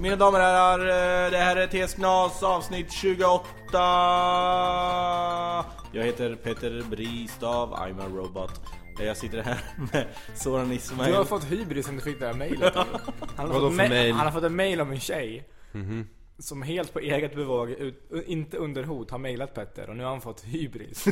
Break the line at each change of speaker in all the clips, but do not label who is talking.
Mina damer och herrar, eh, det här är TS-Knas avsnitt 28! Jag heter Peter Bristav, I'm a robot. Eh, Jag sitter här med Soran Ismail.
Du har fått hybris sen du fick det här mejlet. Han, har
Vadå
fått
för
ma-
mejl?
han har fått ett mejl om en tjej. Som helt på eget bevåg, ut, inte under hot, har mejlat Petter och nu har han fått hybris.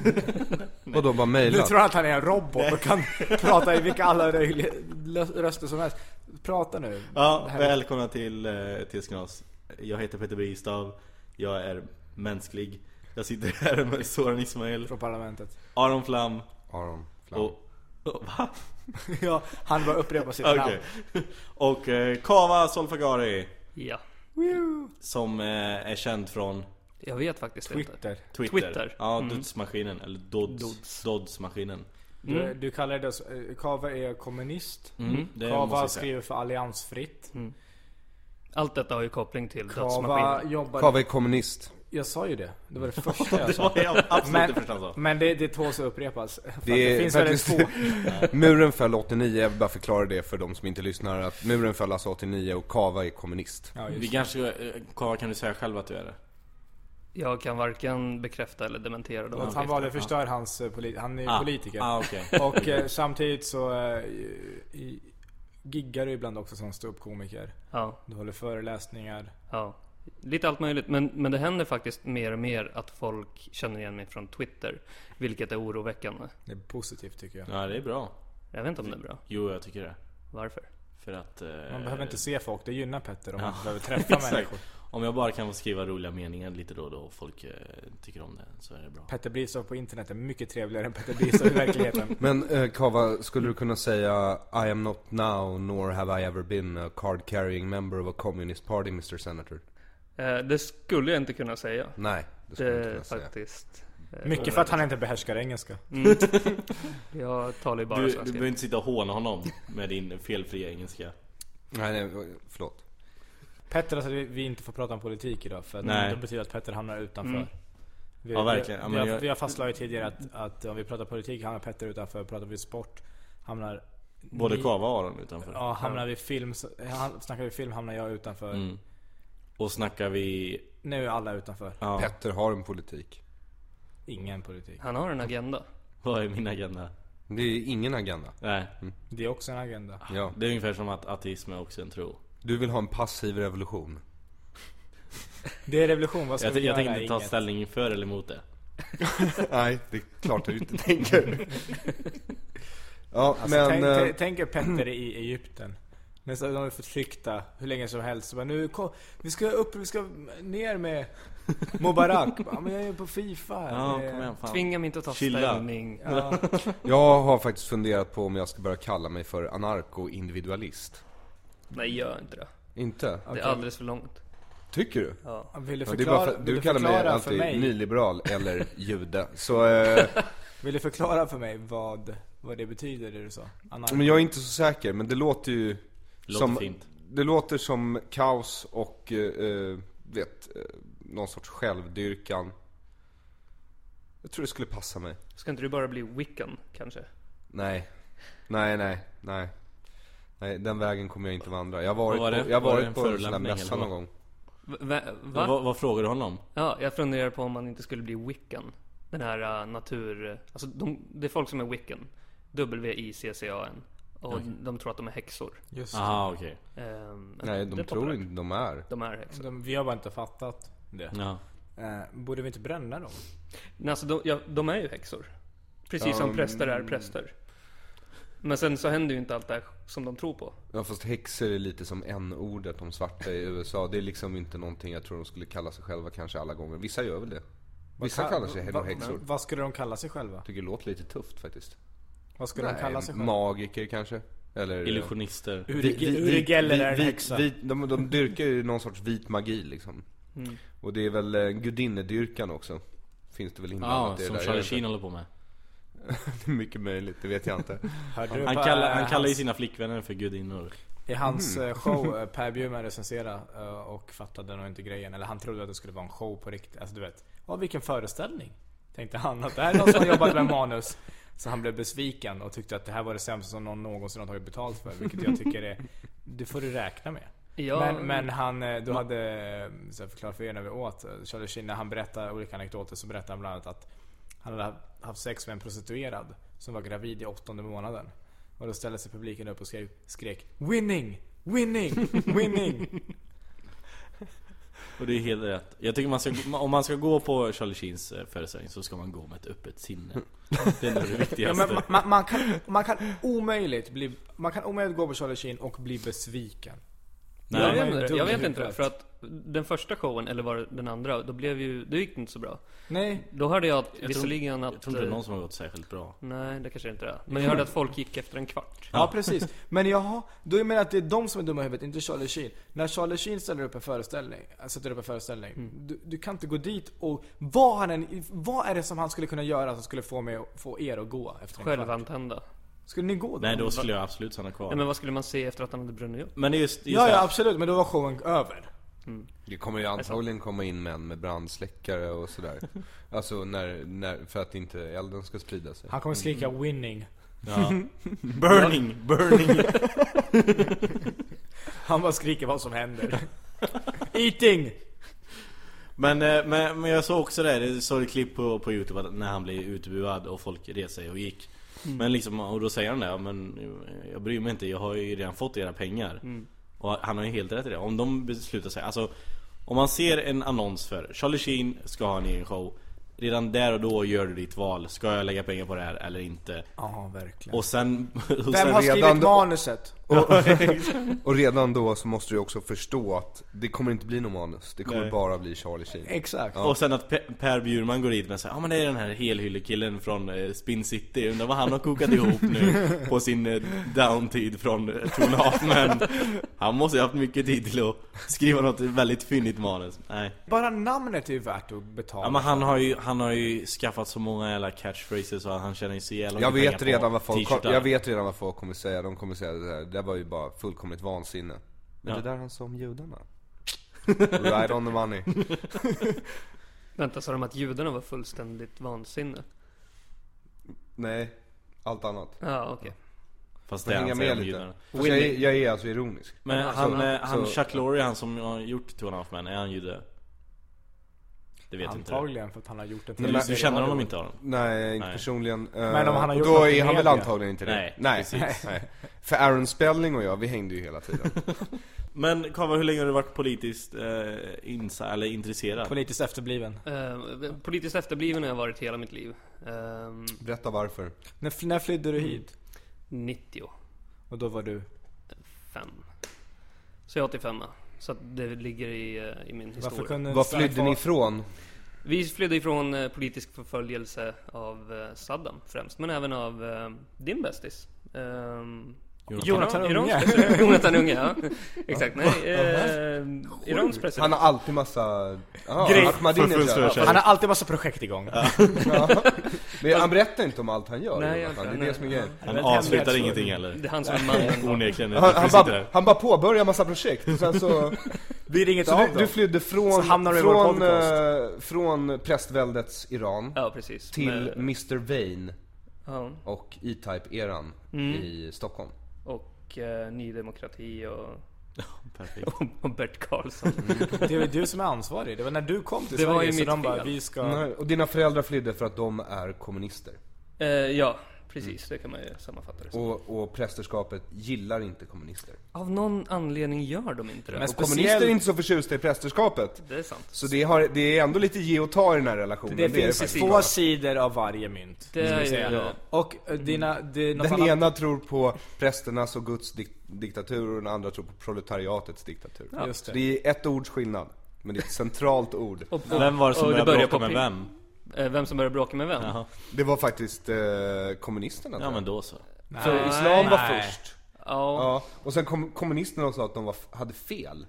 Och då bara
Nu
mejlat.
tror han att han är en robot och kan prata i vilka alla röjliga lö- röster som helst. Prata nu.
Ja,
Det här är-
välkomna till eh, TS-Knas. Jag heter Peter Bristav, jag är mänsklig. Jag sitter här med Soran Ismail,
Från parlamentet.
Aron Flam
Aron Flam.
och... och va?
Ja, han bara upprepar sitt namn.
Okej. Och eh, Kava Solfagari,
Ja,
Woo!
som eh, är känd från...
jag vet faktiskt inte.
Twitter.
Twitter.
Twitter.
Ja,
Mm.
dödsmaskinen. Eller Dodds. Dodds-maskinen.
Du, du kallar det så- eh, Kava är kommunist.
Mm. Det måste
Kava
jag säga.
skriver för alliansfritt.
Allt detta har ju koppling till
Kava
dödsmaskinen.
jobbar...
Kave är kommunist.
Jag sa ju det. Det var det första jag
Det
sa.
var jag alltså. absolut
Men-
det första han sa.
Men det, det tåls att upprepas. För att
Det,
det
är
finns
faktiskt,
väldigt få.
muren föll 89, jag vill bara förklara det för de som inte lyssnar att muren föll alltså 89 och Kava är kommunist.
Ja,
Vi
just.
kanske, eh, Kava kan du säga själv att du är det?
Jag kan varken bekräfta eller dementera de
Att han valde att förstöra hans eh, poli- Han är ju politiker.
Ah, okej.
Och eh, samtidigt så eh, i- giggar du ibland också som ståuppkomiker.
Ja,
Du håller föreläsningar.
ja. Lite allt möjligt. Men, men det händer faktiskt mer och mer att folk känner igen mig från Twitter. Vilket är oroväckande.
Det är positivt tycker jag.
Ja, det är bra.
Jag vet inte om det är bra.
Jo, jag tycker det.
Varför?
För att... eh,
Man behöver inte se folk. Det gynnar Petter om man inte behöver träffa människor.
Om jag bara kan få skriva roliga meningar lite då och då och folk eh, tycker om det så är det bra.
Petter Bristav på internet är mycket trevligare än Petter Bristav i verkligheten.
Men eh, Kava, skulle du kunna säga I am not now nor have I ever been a card carrying member of a communist party Mr Senator?
Eh, det skulle jag inte kunna säga.
Nej, det skulle jag
Det
inte
är
kunna säga.
faktiskt... eh,
Mycket för att han inte behärskar engelska.
Jag talar ju bara
Du, du
svenska.
behöver inte sitta och håna honom med din felfria engelska.
Nej, nej, förlåt.
Petter alltså vi vi inte får prata om politik idag för att
Nej.
det betyder att Petter hamnar utanför.
Mm.
Vi,
Ja, verkligen. Ja,
Vi,
men
vi, har,
jag-
vi har fastslagit tidigare att, att om vi pratar politik hamnar Petter utanför. Pratar vi sport hamnar...
Både
ni-
Kava och Aron utanför.
Ja, hamnar vi film så, han, Snackar vi film hamnar jag utanför.
Mm. Och snackar vi...
Nu är alla utanför.
Ja,
Petter har en politik.
Ingen politik.
Han har en agenda.
vad är min agenda?
Det är ingen agenda.
Nej.
Det är också en agenda.
Ja.
Det är ungefär som att ateism är också en tro.
Du vill ha en passiv revolution.
Det är revolution, vad ska
Jag,
vi
jag
göra?
tänker inte ta
Inget.
ställning för eller emot det.
Nej, det är klart du inte tänker. ja,
Alltså,
men...
tänk,
eh,
tänk- tänk er Petter i Egypten. Men så de är förtryckta hur länge som helst. Så bara, nu kom, vi ska upp, vi ska ner med Mubarak. Bara, men jag är på Fifa.
Ja,
Det-
kom igen fan.
Tvinga mig inte att ta
Chilla.
ställning.
Ja.
Jag har faktiskt funderat på om jag ska börja kalla mig för anarko-individualist.
Nej, gör inte det.
Inte?
Det är alldeles för långt.
Tycker du?
Ja.
Vill du
Ja, det är bara
förklara,
för,
vill du
du kallar mig
förklara för
alltid
mig?
nyliberal eller jude. Så, eh,
Vill du förklara för mig vad, vad det betyder det du sa? Anarko.
men jag är inte så säker. Men det låter ju...
Låter
som,
fint.
Det låter som kaos och, eh, eh, vet, eh, någon sorts självdyrkan. Jag tror det skulle passa mig.
Ska inte du bara bli wiccan kanske?
Nej. Nej, nej, nej. Nej, den vägen kommer jag inte vandra. Jag har varit
Vad var
på,
det?
jag har
Var det
varit
en
på en sån här
förolämpning
mässa
eller
någon
vad?
gång.
V- va-
Va?
va?
Vad, vad frågar du honom?
Ja, jag funderar på om man inte skulle bli wiccan. Den här eh, natur... Alltså de, det är folk som är wiccan. W-I-C-C-A-N. Och de tror att de är häxor.
Just
Aha, okej.
Ehm,
Nej,
det
de
är
tror
populärt.
inte de är.
De är häxor.
De, vi har bara inte fattat det.
Ja.
Eh, borde vi inte bränna dem?
Nej, alltså de, ja, de är ju häxor. Precis
Ja,
som präster är präster. Men sen så händer ju inte allt det här som de tror på.
Ja, fast häxor är lite som n-ordet om svarta i USA. Det är liksom inte någonting jag tror de skulle kalla sig själva kanske alla gånger. Vissa gör väl det. Vissa kallar sig
Va-
heller häxor.
Vad skulle de kalla sig själva?
Tycker det låter lite tufft faktiskt.
Vad skulle de kalla sig själva?
magiker kanske? Eller...
Illusionister.
Uri- Uri Geller är en häxa.
vit, de, de dyrkar ju någon sorts vit magi liksom.
Mm.
Och det är väl eh, gudinnedyrkan också. Finns det väl
Ja,
inblandat i det
som
där?
Charlie
Jag vet
Sheen
inte.
håller på med.
Det är Mycket möjligt, det vet jag inte.
Hörde du
Han
på,
kallar,
eh,
han kallar ju
hans-
sina flickvänner för gudinnor.
I hans eh, show, eh, Per Bjurman recenserade eh, och fattade nog inte grejen. Eller han trodde att det skulle vara en show på riktigt. Alltså du vet. Ja vilken föreställning. Tänkte han att det här är någon som har jobbat med manus. Så han blev besviken och tyckte att det här var det sämsta som någon någonsin har tagit betalt för. Vilket jag tycker är, det får du räkna med.
Ja,
Men, men han, eh, du hade eh, så jag förklarat för er när vi åt, eh, Charlie Sheen, när han berättar olika anekdoter så berättar han bland annat att han hade haft sex med en prostituerad som var gravid i åttonde månaden. Och då ställde sig publiken upp och skrek, skrek Winning! Winning! Winning!
Och det är helt rätt. Jag tycker man ska, om man ska gå på Charlie Sheens eh, föreställning så ska man gå med ett öppet sinne. Det är nog det
ja, men
viktigaste.
ma- ma- man, kan, man kan omöjligt bli, man kan omöjligt gå på Charlie Sheen och bli besviken.
jag,
Nej,
men-
vet inte, jag vet
dumt.
inte det, för att den första showen, eller var det den andra, då blev ju, det gick inte så bra.
Nej.
Då hörde jag, att,
jag tror,
visserligen
jag
att...
tror inte det är
eh,
någon som har gått särskilt bra.
Nej, det kanske inte är. Men jag hörde att folk gick efter en kvart.
Ja precis. Men jaha, då menar jag att det är de som är dumma i huvudet, inte Charlie Sheen. När Charlie Sheen ställer upp en föreställning, äh, sätter upp en föreställning. Du, du kan inte gå dit och vad, han än, vad är det som han skulle kunna göra som skulle få, mig, få er att gå efter en kvart?
Självantända.
Skulle ni gå då?
Nej, då skulle jag absolut stanna
Nej, men
kvar.
vad skulle man se efter att han hade brunnit upp?
Men det är just, just
Ja,
det
ja
här-
absolut, men då var showen över.
Det kommer ju antagligen komma in män med brandsläckare och sådär. Alltså när, när, för att inte elden ska sprida sig.
Han kommer skrika 'winning'
Ja. Burning, burning.
Han bara skriker vad som händer. Eating!
Men, eh, men, men jag såg också det, det såg ett klipp på, på youtube att när han blev utbuad och folk reste sig och gick
Mm.
Men liksom, och då säger han det, "Ja, men eh, jag bryr mig inte, jag har ju redan fått era pengar
Mm.
Och han har ju helt rätt i det, om de beslutar sig, alltså Om man ser en annons för Charlie Sheen ska ha en egen show Redan där och då gör du ditt val, ska jag lägga pengar på det här eller inte?
Ja, verkligen.
Och sen... Och
Vem
sen
har
redan
skrivit
då-
manuset?
Och, och redan då så måste du ju också förstå att det kommer inte bli någon manus. Det kommer
Nej.
bara bli Charlie Sheen.
Exakt.
Och sen att Pe- Per Bjurman går dit med såhär, ja ah, men det är den här helhyllekillen från eh, Spin City, undrar vad han har kokat ihop nu på sin eh, downtid från eh, Two and a Half Men Han måste ju ha haft mycket tid till att skriva något väldigt fyndigt manus, nej
Bara namnet är ju värt att betala.
Ja men han har ju, han har ju skaffat så många jävla catchphrases så han tjänar ju så jävla
Jag
mycket
vet,
pengar på
redan vad folk,
t-shirtar.
jag vet redan vad folk kommer säga, de kommer säga det här. det där var ju bara fullkomligt vansinne. Men
Ja.
det där han sa om judarna. right on the money.
Vänta, sa de att judarna var fullständigt vansinne?
Nej, allt annat.
Ja, okej.
Fast det
Jag
är
hänger
han säger
med
om
lite.
judarna
Fast jag, är- jag är alltså ironisk.
Men
Alltså,
han, eh, han
så-
Chuck Lorre, han som har gjort Two and a Half Men, är han jude? Det vet jag inte
Antagligen för att han har gjort en
Du,
tv-serie.
du känner honom inte Aron?
Nej, inte
Nej.
personligen. Eh,
Men om han har gjort
Då
något i
är han väl
media?
antagligen inte det.
Nej,
Nej.
precis.
Nej. För Aaron Spelling och jag, vi hängde ju hela tiden.
Men Kava, hur länge har du varit politiskt eh, insa- eller intresserad?
Politiskt efterbliven.
Eh, politiskt efterbliven har jag varit hela mitt liv. Ehm,
Berätta varför.
När, när flydde
Mm.
du hit?
90.
Och då var du?
fem. Så jag har 85 Så att det ligger i, eh, i min
Varför
historia.
kunde en
Var
stark
flydde
far-
ni ifrån?
Vi flydde ifrån eh, politisk förföljelse av eh, Saddam främst, men även av eh, din bästis. Ehm,
Jonathan
Iran- Irans
Unge.
president. Jonathan Unge, ja. Exakt. Nej, eh, Irans
Han
president.
har alltid massa... Ah,
Grej-
Ahmadinejad.
Fruktansvärt.
Han har alltid massa projekt igång.
Ja. Men han berättar inte om allt han gör
Nej, jag
Jonathan.
förstår.
Det är det som är grejen
Han
Väldigt
avslutar
hemlighetsfull.
ingenting heller.
Det är han som är mannen.
Onekligen.
han,
Han,
han, bara, han bara påbörjar massa projekt och sen så...
Blir det inget
så
av
du, du flydde
Så
från,
hamnar du i vår
från,
podcast.
eh, från prästväldets Iran
Ja, precis.
till
Men-
Mr Vain
ja,
och E-Type-eran i Stockholm
och och eh, Ny Demokrati och,
Perfekt.
och Bert Karlsson.
Det är väl du som är ansvarig? Det var när du kom till
Det var
Sverige
ju
så
mitt
de bara,
fel.
vi ska...
Nej, och dina föräldrar flydde för att de är kommunister.
Eh, ja, precis. Det kan man ju sammanfatta det som.
Och, och prästerskapet gillar inte kommunister.
Av någon anledning gör de inte det.
Men
Och kommunister är
speciellt-
inte så förtjusta i prästerskapet.
Det är sant.
Så det, har, det är ändå lite ge och ta i den här relationen.
Det,
är
finns ju
faktiskt.
två sidor av varje mynt.
Det
ska vi
är
säga.
ju-
Och eh, dina... Det, något
Den
annat-
ena tror på prästernas och Guds dik- diktatur och den andra tror på proletariatets diktatur.
Just
Så
det.
det är ett ords skillnad. Men det är ett centralt ord.
Och, och,
Vem var det som
och
började
börjar
bråka
på
med
prim-
vem?
eh, vem som började bråka med vem?
Jaha.
Det var faktiskt eh, kommunisterna
Ja
tror jag.
men då så.
För islam var
Nej.
först.
Ja,
Ja, och sen kom kommunisterna och sa att de var, f- hade fel.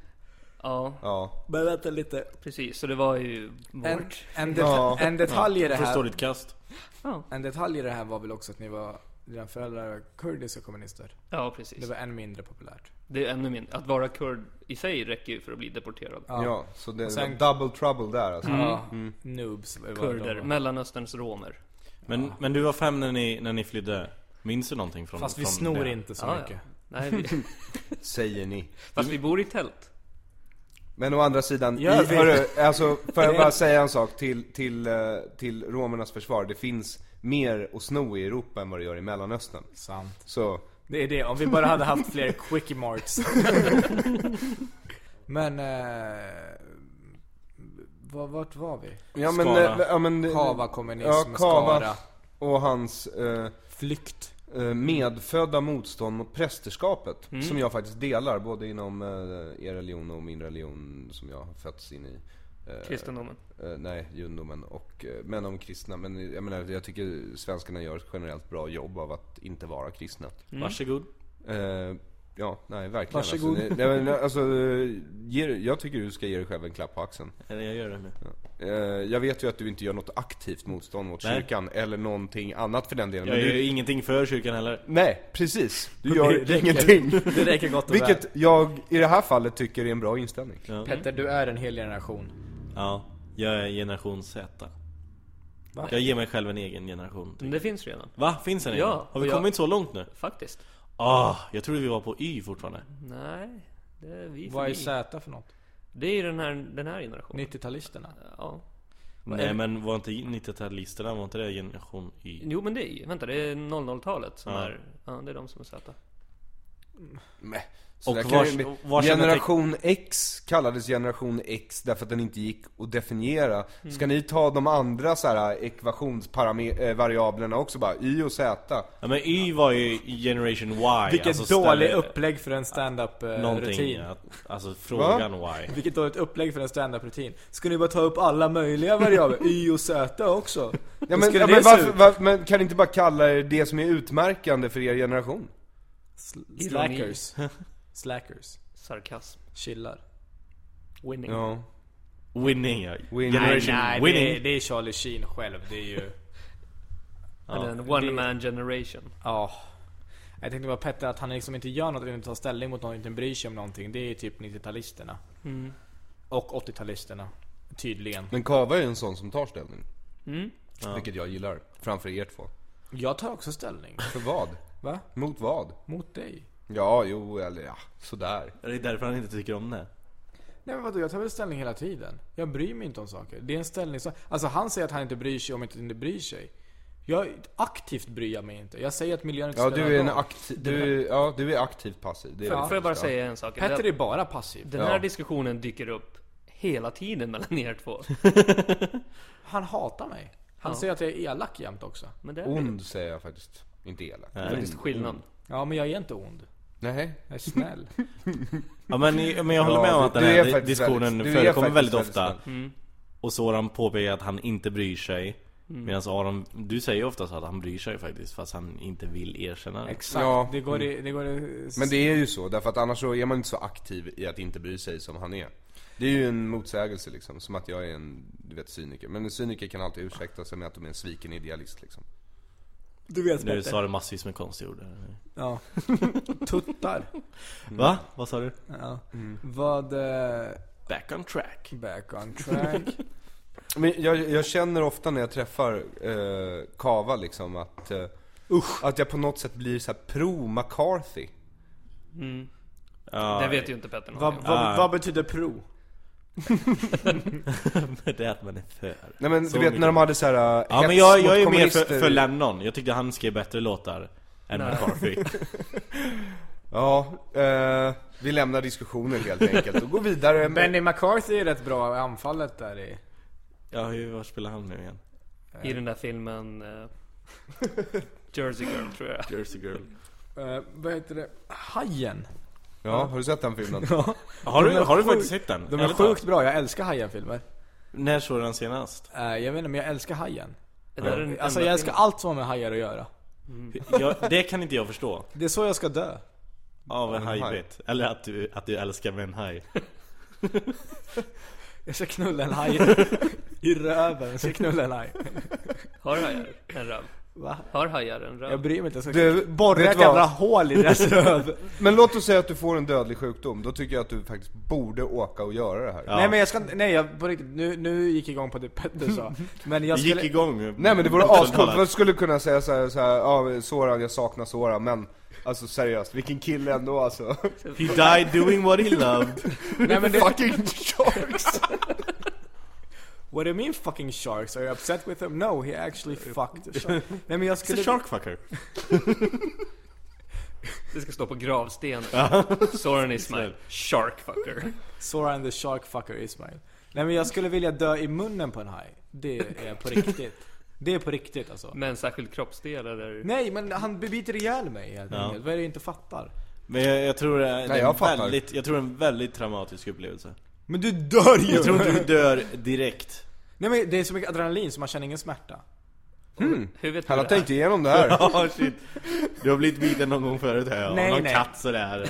ja,
Ja.
Men vänta lite.
precis. Så det var ju
En,
vårt.
en, deta-
Ja.
en detalj i det
Förstår
här.
ditt kast.
Ja,
En detalj i det här var väl också att ni var, dina föräldrar var kurdiska kommunister.
ja
Det
precis.
var än mindre populärt.
Det är ännu mindre. Att vara kurd i sig räcker ju för att bli deporterad.
Ja. så det
sen-
var double trouble där alltså.
Ja, noobs var
Mm. Kurder,
de.
Mellanösterns romer.
Men, men du var fem när ni, när ni flydde. Minns du någonting från
Fast vi
från
snor
det?
inte så
Ja,
mycket.
ja. Nej, vi,
Säger ni.
fast vi bor i tält.
Men å andra sidan, i,
Gör vi?
hörru, alltså, får jag bara säga en sak till, till, eh, till romernas försvar. Det finns mer att sno i Europa än vad det gör i Mellanöstern.
Sant.
Så,
Det är det, om vi bara hade haft fler quickie marks. Men... Eh, vad- vart var vi?
ja men...
Skara.
eh, Ja, men
Kava, kommunism,
ja, Kava
Skara.
och hans eh,
Flykt.
eh, medfödda motstånd mot prästerskapet. Som jag faktiskt delar, både inom eh, er religion och min religion som jag har fötts in i. Eh,
Kristendomen.
Eh, nej, judendomen och, eh, men om kristna. Men jag menar, jag tycker svenskarna gör ett generellt bra jobb av att inte vara kristna.
Mm.
Varsågod.
Eh, ja, nej verkligen.
Varsågod.
Alltså, nej, nej, men, alltså, eh, ge, jag tycker du ska ge dig själv en klapp på axeln.
Eller jag gör det nu.
Eh, jag vet ju att du inte gör något aktivt motstånd mot
Nej.
kyrkan eller någonting annat för den delen.
Jag
men
gör
du,
ju ingenting för kyrkan heller.
nej, precis. Du
Det
gör
räcker.
ingenting.
Det räcker gott och väl.
Vilket jag i det här fallet tycker är en bra inställning.
Petter, du är en hel generation.
Ja, jag är generation Z.
Va?
Jag ger mig själv en egen generation.
Men det finns redan.
Va? Finns den
Mm. Ja,
egen? Har vi
och jag-
kommit så långt nu?
Faktiskt.
Ah, jag trodde vi var på Y fortfarande.
Nej, det är vi
Vad är
förbi.
Z för något?
Det är ju den här, den här generationen.
90-talisterna?
Ja.
Mm.
Nej men var inte 90-talisterna, var inte det generation Y?
Jo men det är ju, vänta det är 00-talet som
Ja.
är, ja det är de som är Z.
Nej. Så
Och
där kan
vars-
ju bli-
och vars-
generation X kallades generation X därför att den inte gick att definiera.
Mm.
Ska ni ta de andra så här ekvationsvariablerna också bara? Y och Z?
Ja men Y var ju generation Y.
Vilket
alltså
dålig
ställe-
upplägg för en stand-up eh,
Någonting,
rutin.
att, alltså frågan Y.
Vilket dåligt upplägg för en stand-up rutin. Ska ni bara ta upp alla möjliga variabler? Y och Z också?
Ja,
Hur
men,
skulle
ja,
det
men,
se
varför,
ut?
varför, men kan ni inte bara kalla er det som är utmärkande för er generation?
Sl-
Ironi.
Slackers. Slackers.
Sarkasm.
Chillar.
Winning.
Ja.
Winning ja.
Winning.
Generation
Mm. Nej, nej,
winning.
det, är- det är Charlie Sheen själv. Det är ju...
Eller en one man generation.
Ja. Jag tänkte bara Petter att han liksom inte gör något, vill inte ta ställning mot något, inte bryr sig om någonting. Det är ju typ 90-talisterna.
Mm.
Och 80-talisterna. Tydligen.
Men Kava är ju en sån som tar ställning.
Mm.
Vilket jag gillar, framför er två.
Jag tar också ställning.
För vad?
Va?
Mot vad?
Mot dig?
Ja, jo, eller ja, sådär.
Det är därför han inte tycker om det.
Nej men vadå, jag tar väl ställning hela tiden. Jag bryr mig inte om saker. Det är en ställning som... Alltså han säger att han inte bryr sig om inte inte bryr sig. Jag aktivt bryr jag mig inte. Jag säger att miljön inte
Ja,
spelar
du är en
roll.
aktiv, du, ja, du är aktivt passiv. Det är det
Får jag bara
första.
säga en sak?
Petter
Den-
är bara passiv.
Den här diskussionen dyker upp hela tiden mellan er två.
Han hatar mig. Han säger att jag är elak jämt också.
Men det är
Ond säger jag faktiskt, inte elak.
faktiskt skillnad.
Ja men jag är inte ond.
Nej.
Jag är snäll.
Ja men, ni- men jag håller
Ja,
med om
du-
att den
du är
här
faktiskt
diskussionen
väldigt- du är
förekommer
faktiskt
väldigt
väldigt Mm.
ofta. Och Soran påpekar att han inte bryr sig.
Mm.
Medan Aron, du säger ju oftast att han bryr sig faktiskt fast han inte vill erkänna det.
Exakt.
Ja.
Det går i... Det går i
Men det är ju så, därför att annars så är man inte så aktiv i att inte bry sig som han är. Det är ju en motsägelse liksom, som att jag är en, du vet, cyniker. Men en cyniker kan alltid ursäkta sig med att de är en sviken idealist liksom.
Du vet
Nu sa du massvis med konstiga ord.
Mm.
Ja. Tuttar.
Va? Vad sa du?
Ja. Vad... eh,
Back on track.
back on track.
Men jag, jag känner ofta när jag träffar eh, Kava liksom att, eh, att jag på något sätt blir så här pro-McCarthy.
Ja,
Mm.
Ah,
det vet ju inte Petter
Mm. Vad,
någonting om.
Ah.
vad, vad betyder pro?
det är att man är för.
Nej men
Så
du vet
mycket.
när de hade såhär uh,
Ja men jag, jag är ju mer för, för Lennon, jag tyckte han skrev bättre låtar än McCarthy
Ja, eh, vi lämnar diskussionen helt enkelt och går vidare med...
Benny McCarthy är rätt bra i anfallet där i...
Ja hur, var spelar han nu igen?
I den där filmen eh, Jersey Girl tror jag.
Jersey Girl
Eh, vad heter det? Hajen.
Ja, har du sett den filmen?
Har du,
De är
har du
sjuk-
faktiskt sett den?
De är
Ärligt talat.
sjukt bra, jag älskar Hajen-filmer.
När såg du den senast?
Eh, jag vet inte, men jag älskar Hajen.
Det där är den
Alltså
enda
jag älskar
filmen-
allt som har med hajar att göra.
Jag, det kan inte jag förstå
Det är så jag ska dö.
Av en
en haj.
hajbit, eller att du, att du älskar med en haj
Jag ska knulla en haj i röven. Jag ska knulla en haj.
Har hajar en röv?
Va?
Har hajar en röv?
Jag bryr mig inte, jag ska
Du,
borra
vet
ett
du vad?
jävla hål i deras röv.
Men låt oss säga att du får en dödlig sjukdom, då tycker jag att du faktiskt borde åka och göra det här.
Nej men jag ska inte- nej jag på riktigt, nu, nu gick jag igång på det Petter sa. Men jag
Jag
skulle...
gick igång
Nej men det vore ascoolt, man skulle kunna säga såhär, såhär ja Soran, jag saknar Soran, men alltså seriöst, vilken kille ändå alltså.
He died doing what he loved
Nej men det...
Fucking sharks!
What do you mean fucking sharks? Are you upset with him? No, he actually fucked a shark. Nej men jag
It's
skulle...
a shark fucker
Det ska stå på gravstenen. Soran Ismail. Sharkfucker.
Sora and the shark fucker Ismail. Nej men jag skulle vilja dö i munnen på en haj. Det är på riktigt. Det är på riktigt alltså.
Med en särskild kroppsdel eller?
Nej men han biter ihjäl mig helt
Ja.
enkelt. Vad är det jag inte fattar?
Men jag, jag tror det är
Nej,
en
jag fattar.
väldigt, jag tror det är en väldigt traumatisk upplevelse
Men du dör ju!
Jag tror inte du dör direkt
Nej men det är så mycket adrenalin så man känner ingen smärta.
Hur vet
Han
du
har
det?
tänkt igenom det här.
Ja shit, du har blivit biten någon gång förut här, av
Nej,
någon
nej.
katt sådär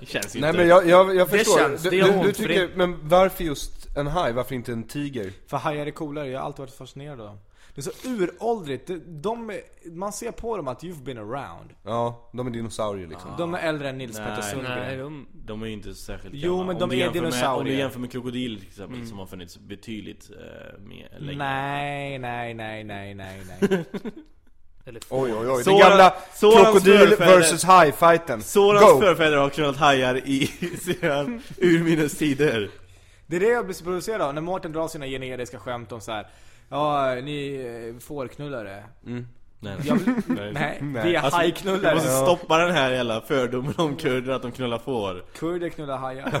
Det känns ju
Nej
inte
men jag, jag, jag
Det
förstår.
känns,
Du-
det gör
du, du
ont, för
tycker, men varför just en haj? Varför inte en tiger?
För hajar är coolare, jag har alltid varit fascinerad av dem. Det är så uråldrigt, de, de, man ser på dem att you've been around.
Ja, de är dinosaurier liksom.
De är äldre än Nils
Nej.
Petter
Nej,
Sundgren.
de...
De är ju inte särskilt
Jo,
gamla.
men
Om
de
du
är
jämför Med, om du
dinosaurier. Mm.
jämför med krokodiler till exempel som har funnits betydligt eh, mer länge.
Nej, nej, nej, nej, nej, nej.
Eller
Oj oj oj, den
Soran-
gamla
Sorans
krokodil
förfäder-
versus haj-fighten.
Sorans
Go!
förfäder har knullat hajar i sina urminnes tider.
Det är det jag blir så provocerad av, när Mårten drar sina generiska skämt om så här. Ja, ni eh, fårknullare.
Nej,
Jag vill,
Mm. nej.
nej, vi är
Alltså,
hajknullare.
Vi måste stoppa den här jävla fördomen om kurder att de knullar får.
Kurder knullar hajar.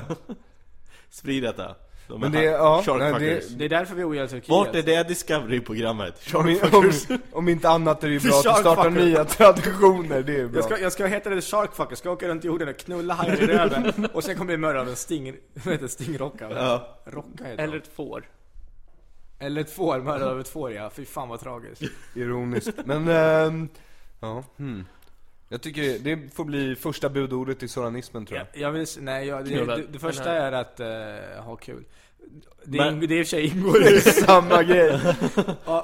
Sprid detta. De
Men
är
det-
ha-
ja, nej, det-
sharkfuckers.
Det är därför vi ogillar Turkiet.
Vart är det Discovery-programmet?
Om, om,
Sharkfuckers.
om inte annat är det ju
The
bra att du startar
sharkfucker.
nya traditioner, det är bra.
Jag ska, jag ska heta det Sharkfucker, ska åka runt jorden och knulla hajar i röven och sen kommer jag bli mördad av en sting, vad heter det, stingrocka? va?
Ja.
Rocka heter
Eller
Eller,
ett får.
Eller ett får, mördad av ett får ja, fy fan vad tragiskt.
Ironiskt. Men, ehm, ja. Hmm. Jag tycker det får bli första budordet i soranismen tror jag.
Jag vill, s- nej jag, det,
Knulla
det, det första
den
är att eh, ha kul. Det,
Men-
ing- det i och för sig ingår i
Samma grej.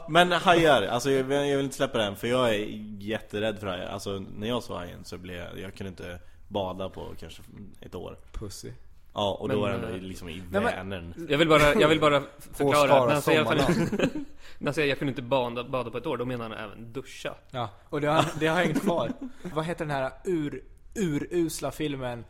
Men hajar, alltså jag vill, jag vill inte släppa den för jag är jätterädd för hajar. Alltså när jag såg hajen så blev jag, jag kunde inte bada på kanske ett år.
Pussy.
Ja, och då
Men,
är den
eh,
liksom i
men-
Vänern.
Jag vill bara, jag vill bara förklara.
Åskara
När han säger att han,
sommarland.
när han säger jag kunde inte bada, bada på ett år, då menar han även duscha.
Ja, och det har, det har hängt kvar. Vad heter den här ur, urusla filmen?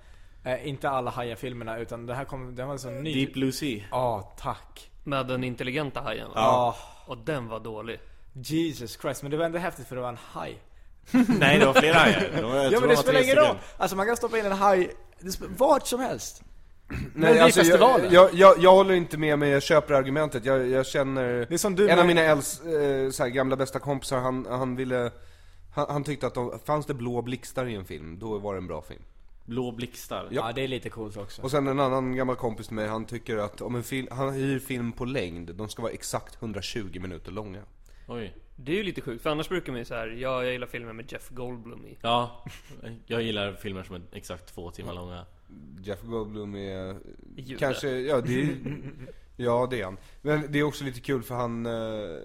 Eh, inte alla hajar-filmerna utan det här kom, den var så ny.
Deep Blue Sea.
Ja, tack.
Med den intelligenta hajen. va?
Ja.
Och den var dålig.
Jesus Christ, men det var ändå häftigt för det var en haj.
Nej, det var flera hajar. De var, jag
Ja
tror de
men det
var
spelar
tre
ingen roll.
stycken.
Alltså man kan stoppa in en haj det sp- vart som helst.
Nej, alltså,
festivalen.
jag, jag, jag, jag håller inte med men jag köper argumentet. Jag, jag känner,
Det är som du
en
med-
av mina äls, eh, så här, gamla bästa kompisar, han, han ville, han, han tyckte att de, fanns det blå blixtar i en film, då var det en bra film.
Blå blixtar.
Ja, det är lite coolt också.
Och sen en annan gammal kompis till mig, han tycker att om en film, han hyr film på längd, de ska vara exakt 120 minuter långa.
Oj.
Det är ju lite sjukt, för annars brukar man ju så här, ja jag gillar filmer med Jeff Goldblum i.
Ja, jag gillar filmer som är exakt två timmar långa.
Jeff Goldblum är...
Jude.
Kanske, ja det är, Ja det är han. Men det är också lite kul för han... eh, är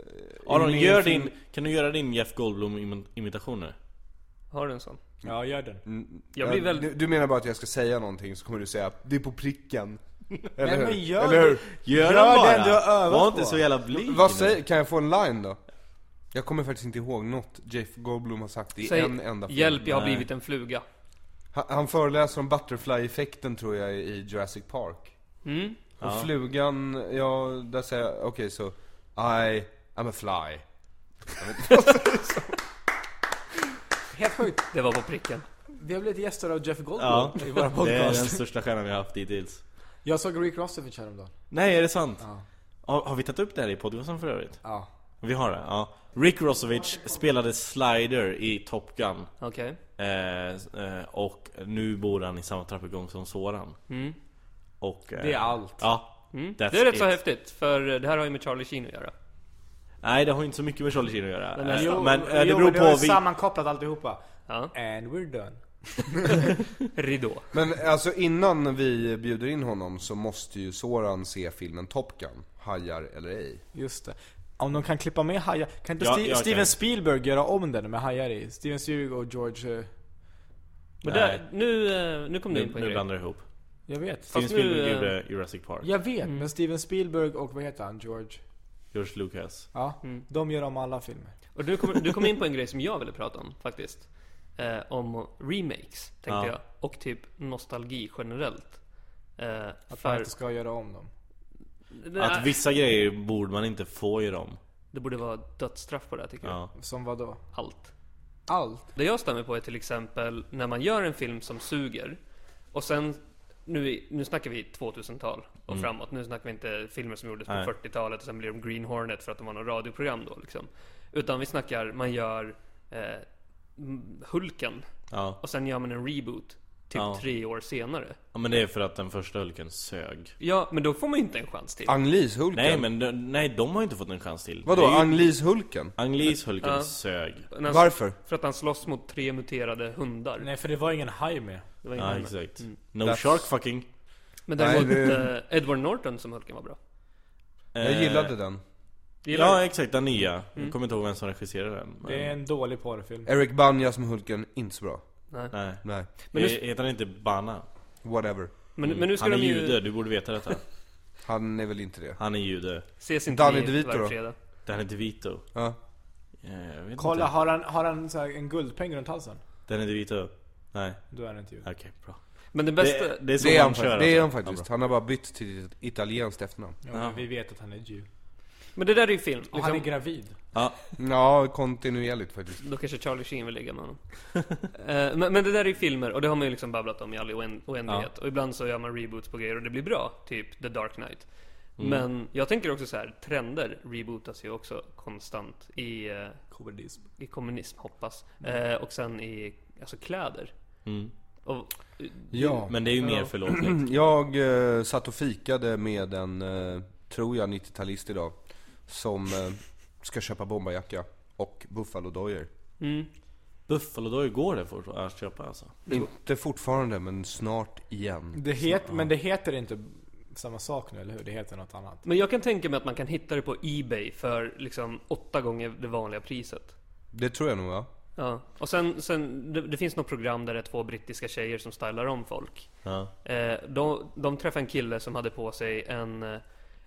Aron,
med i en
gör
film-
din, kan du göra din Jeff Goldblum-imitation nu?
Har du en sån?
Ja, gör den.
Jag blir
Ja,
väldigt...
du, du menar bara att jag ska säga någonting så kommer du säga det är på pricken. Eller
men
hur?
gör
Eller hur?
Gör,
Gör
den bara!
den du har övat
Var
på.
inte så jävla blyg
Vad
nu.
säger, kan jag få en line då? Jag kommer faktiskt inte ihåg något Jeff Goldblum har sagt i en enda film.
Hjälp, jag har
Nej.
blivit en fluga.
Han, han föreläser om butterfly-effekten tror jag i Jurassic Park.
Mm.
Och flugan, ja, där säger jag, okej så, I am a fly.
Helt sjukt.
Det var på pricken.
Vi har blivit gäster av Jeff Goldblum
Ja,
i våra
det är den
podcast.
största stjärnan vi har haft hittills
Jag såg Rick Rossovich häromdagen.
Nej, är det sant?
Ja.
Har, har vi tagit upp det här i podcasten för övrigt?
Ja.
Vi har det, ja Rick Rossovich spelade Slider i Top Gun
Okej.
eh, eh, Och nu bor han i samma trappuppgång som Soran
Mm.
och, eh,
Det är allt.
Ja
Mm. Det
That's
är rätt så
it.
häftigt, för det här har ju med Charlie Sheen att göra.
Nej, det har ju inte så mycket med Charlie Sheen att göra
Men
Eh,
nästan.
Men eh, det
jo,
beror
men har
på
ju
vi...
sammankopplat alltihopa.
Ja.
And we're done.
Ridå.
Men alltså innan vi bjuder in honom så måste ju Soran se filmen Top Gun, Hajar eller ej.
Just det. Om de kan klippa med hajar. Kan inte
Ja,
Ste-
jag
Steven
kan.
Spielberg göra om den med hajar i? Steven Spielberg och George... eh,
Nej.
Men där, nu, eh, nu kom du
Nu,
in på en
nu
grej.
blandar jag ihop
Jag vet.
Steven
Fast nu,
Spielberg
eh,
gjorde Jurassic Park
Jag vet, men Steven Spielberg och vad heter han? George?
George Lucas
Ja. De gör om alla filmer.
mm. Och du kom, du kom in på en grej som jag ville prata om faktiskt. Eh, om remakes, tänkte
Ja.
jag. Och typ nostalgi generellt. Eh,
Att man
för,
inte ska göra om dem.
det,
Att vissa grejer borde man inte få i dem
det borde vara dödsstraff på det här, tycker jag.
Ja,
Som vad då?
Allt.
Allt.
Det jag stämmer på är till exempel när man gör en film som suger och sen nu, i- nu snackar vi 2000-tal och framåt. Nu snackar vi inte filmer som gjordes på
Mm. Nej.
40-talet och sen blir de Green Hornet för att de var något radioprogram då liksom. Utan vi snackar, man gör eh, m- Hulken
ja.
och sen gör man en reboot typ
Ja.
tre år senare.
ja men det är för att den första Hulken sög
Ja, men då får man ju inte en chans till.
Ang Lees Hulken?
Nej men de, nej, de har ju inte fått en chans till
Vadå,
Det är ju- Alltså-
Ang Lees Hulken?
Ang Lees Hulken
Ja.
sög
Men han-
Varför?
För att han slåss mot tre muterade hundar.
Nej, för det var ingen haj med.
Det var ingen
Ja
annan.
exakt No
Mm. That's-
shark fucking
Men
Nej,
däremot
det-
eh, Edward Norton som Hulken var bra.
Jag
Eh.
gillade den.
Gillar
Ja
du?
exakt, den nya
Mm.
Jag kommer inte ihåg vem som regisserade den men...
Det är en dålig porrfilm.
Eric Banja som Hulken, inte så bra.
Nej
Nej.
Men
men
nu-
Heter han inte Bana?
Whatever.
Men, men nu ska
Han är
de ju...
jude, du borde veta detta
Han är väl inte det.
Han är jude
Ses inte
Danny
ni
DeVito
varje
då?
fredag?
Den är DeVito
Ja.
Eh, Jag vet
Kolla,
inte
har han, har han så här en guldpeng runt halsen?
Den är DeVito Nej,
Då är han inte jud.
okej bra
Men det bästa...
det, det är så
Det är han,
man kör
fa- det är han
alltså.
faktiskt. Han har bara bytt till ett italienskt efternamn.
Ja, men Vi vet att han är jud.
Men det där är ju film.
Och han är
Liksom.
gravid.
Ja,
Ja, kontinuerligt faktiskt.
Då kanske Charlie Sheen vill ligga med honom. Eh, men, men det där är ju filmer och det har man ju liksom babblat om i all oänd- oändlighet. Och ibland så gör man reboots på grejer och det blir bra. Typ The Dark Knight.
Mm.
Men jag tänker också så här, trender rebootas ju också konstant i, eh,
Kommunism. Mm.
i kommunism hoppas. Eh, och sen i alltså kläder. Och,
Ja.
men det är ju mer
Ja.
förlåtligt
Jag eh, satt och fikade med en, eh, tror jag, 90-talist idag. Som eh, ska köpa bombarjacka och buffalodojor.
mm.
Buffalo då går det fort att köpa alltså
Inte fortfarande, men snart igen.
Det het, men det heter inte samma sak nu, eller hur? Det heter något annat.
men jag kan tänka mig att man kan hitta det på Ebay för liksom åtta gånger det vanliga priset.
Det tror jag nog va?
Ja, och sen, sen det, det finns något program där det är två brittiska tjejer som stylar om folk.
Ja,
Eh, de, de träffade en kille som hade på sig en, eh,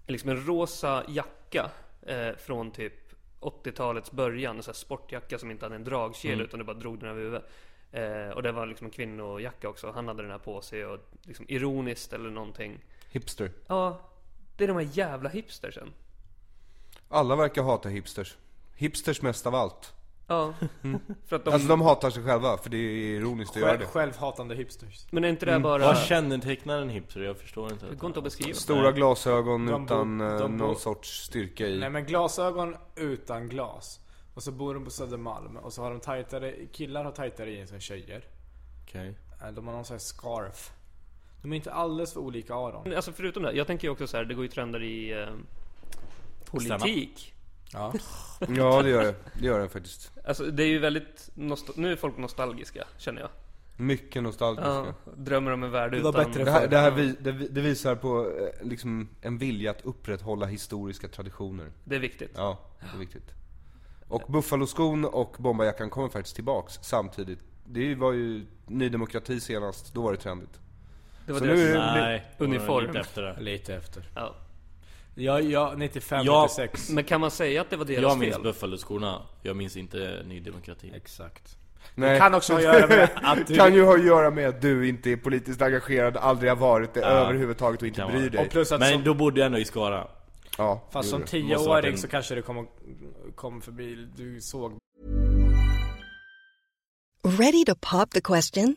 liksom en rosa jacka eh, från typ 80-talets början. En sån här sportjacka som inte hade en dragkedja utan du bara drog den över huvudet. Eh, och det var liksom en kvinnojacka också. Han hade den här på sig och liksom ironiskt eller någonting.
Hipster.
Ja, det är de här jävla hipstersen.
Alla verkar hata hipsters. Hipsters mest av allt.
Ja, för att de...
Alltså de hatar sig själva, för det är ironiskt att göra
Själv,
det.
självhatande hipsters.
Men är inte det här bara...
Vad kännetecknar en hipster? Jag förstår inte
Det går inte att beskriva.
Stora glasögon
De bo-
utan eh,
de bo-
någon sorts styrka i.
Nej men glasögon utan glas. Och så bor de på Södermalm och så har de tajtare, killar har tajtare jeans än tjejer.
Okej
Eh, De har någon sån här scarf. De är inte alldeles för olika Aron.
Alltså förutom det, jag tänker ju också så här, det går ju trender i eh, politik.
Ja.
Ja det gör det, det gör det faktiskt.
Alltså det är ju väldigt, nostal- nu är folk nostalgiska känner jag.
Mycket nostalgiska.
Ja, drömmer om en värld
var
utan...
bättre
Det här, det här vi, det, vi- det visar på eh, liksom en vilja att upprätthålla historiska traditioner.
Det är viktigt.
Ja, det är viktigt. Och Buffaloskon och bombarjackan kommer faktiskt tillbaks samtidigt. Det var ju Ny Demokrati senast, då var det trendigt.
Det var
Så
deras...
nu är det-
Nej,
Uniform.
lite efter det
Lite efter.
Ja.
Ja, ja 95,
Ja,
96.
Men kan man säga att det var deras
Jag minns
fel?
Buffaloskorna, jag minns inte Ny Demokrati
Exakt. Det
Nej.
kan också ha att göra med att du...
Kan ju ha att göra med att du inte är politiskt engagerad, aldrig har varit det Eh, överhuvudtaget och inte
kan
bryr
vara.
dig.
Och plus att
Men
som,
då bodde jag ändå i Skara.
ja,
fast
det
som
gjorde
Måste varit
tioåring
en-
så kanske det kom, kom förbi, du såg
Ready to pop the question?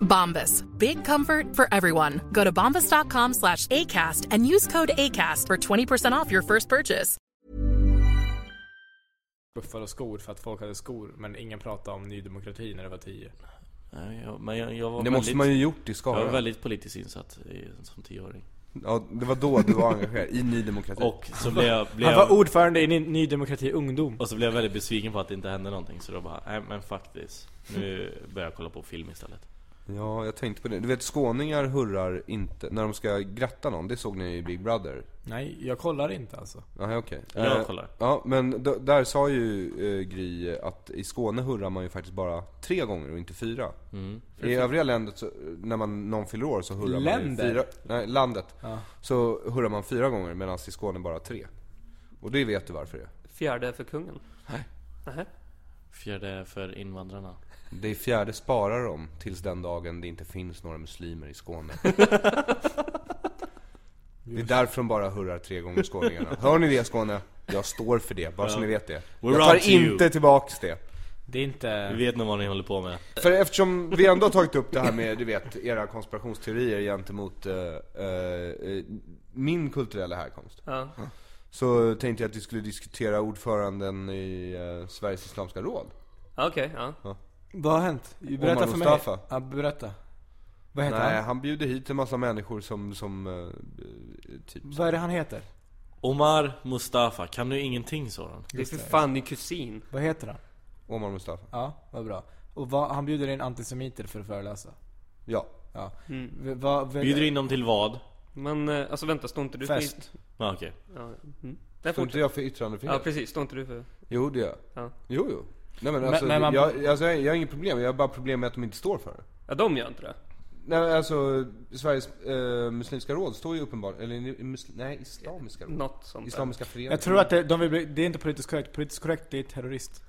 Bombas. Big comfort for everyone. Go to bombas.com slash ACAST and use code ACAST for 20% off your first purchase.
buffar och skor för att folk hade skor, men ingen pratade om Ny Demokrati när det var tio.
Nej, jag, men jag, jag var
Det Det
väldigt,
måste man ju gjort i
Jag var
Skara.
väldigt politiskt insatt i, som tioåring.
Ja, det var då du var engagerad, i Ny Demokrati.
Och så blev jag, blev
Han var
jag,
ordförande i Ny, Ny Demokrati Ungdom.
och så blev jag väldigt besviken på att det inte hände någonting. Så då bara, nej men faktiskt. Nu börjar jag kolla på film istället.
Ja, jag tänkte på det. Du vet, skåningar hurrar inte när de ska gratta någon. Det såg ni i Big Brother.
Nej, jag kollar inte alltså.
Nej, okej.
Jag
Eh,
kollar.
Ja, men d- där sa ju eh, Gry att i Skåne hurrar man ju faktiskt bara tre gånger och inte fyra.
Mm.
I övriga landet, så, när man, någon fyller år så hurrar man
Länder?
ju fyra. Nej, landet. Så hurrar man fyra gånger medan i Skåne bara tre. Och det vet du varför det är.
Fjärde för kungen. Nej.
Fjärde för invandrarna.
Det är fjärde sparar de tills den dagen det inte finns några muslimer i Skåne. Det är därför de bara hurrar tre gånger skåningarna. Hör ni det Skåne? Jag står för det, bara så ni vet det.
We're
Jag
on to
tar
you.
inte tillbaks det.
Det är inte...
Vi vet nog vad ni håller på med.
För eftersom vi ändå har tagit upp det här med, du vet, era konspirationsteorier gentemot eh, eh, eh, min kulturella härkomst.
Ja.
Så tänkte jag att vi skulle diskutera ordföranden i eh, Sveriges Islamiska Råd.
Ja, Okej, ja.
Vad har hänt? Berätta
Omar
för mig.
Mustafa.
Ja, berätta. Vad heter
Nej,
han?
han bjuder hit en massa människor som, som eh, typ
Vad är det han heter?
Omar Mustafa, kan du ingenting sådan?
Det är för fan din kusin.
Vad heter han?
Omar Mustafa.
Ja, vad bra. Och vad, han bjuder in antisemiter för att föreläsa.
Ja.
Ja. V, vad, vad,
Bjuder in dem till vad?
Men eh, alltså vänta, står inte du för...
Fest.
Ja, okej.
Ja, mm. Nej,
Står inte
fortsätt.
jag för
Ja
yttrandefrihet?
precis, står inte du för...
Jo, det gör jag.
Ja.
Jo, jo. Nej, men alltså,
men man-
jag, alltså, jag, jag har inget problem. Jag har bara problem med att de inte står för det.
Ja de gör inte det.
Nej, men alltså Sveriges eh, Muslimska Råd står ju uppenbarligen, eller i musl- nej, Islamiska Råd.
Något sånt där.
Islamiska föreningen.
Jag tror att det, de vill bli, det är inte politiskt korrekt. Politiskt korrekt, det är terrorist.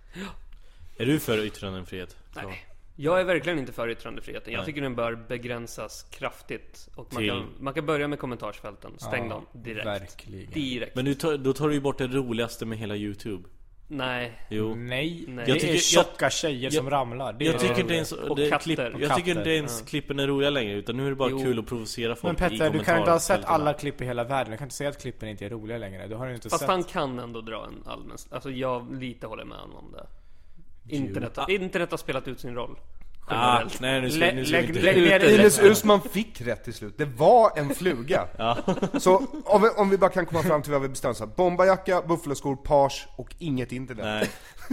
Är du för yttrandefrihet?
Nej. Jag är verkligen inte för yttrandefriheten. Jag tycker den bör begränsas kraftigt. Och man,
Till-
kan, man kan börja med kommentarsfälten. Stäng dem direkt.
verkligen.
Direkt.
Men du tar, då tar du ju bort det roligaste med hela youtube.
Nej.
Jo.
Nej,
Nej.
det
Jag
tycker-
är
jag-
tjocka tjejer som ramlar. Det är
Jag tycker
det.
inte ens,
Och
det
katter.
klipp,
Och
jag tycker inte
katter.
ens klippen är roliga längre utan nu är det bara
Jo.
kul att provocera folk
Men
i
Petter, du kan inte ha sett
kommentarsfältena.
alla klipp i hela världen. Du kan inte säga att klippen inte är roliga längre. Du har ju inte
Fast
sett.
han kan ändå dra en allmän... Alltså jag lite håller med honom om det. Internet, har- internet har spelat ut sin roll.
Ah,
Generellt.
nej nu ska,
Lä-
nu ska vi
lägg-
inte...
lägg ner
Ute.
Ines Usman fick rätt till slut. Det var en fluga. Så om vi, om vi bara kan komma fram till vad vi bestämt så här. Bomberjacka, buffaloskor, page och inget internet.
Nej.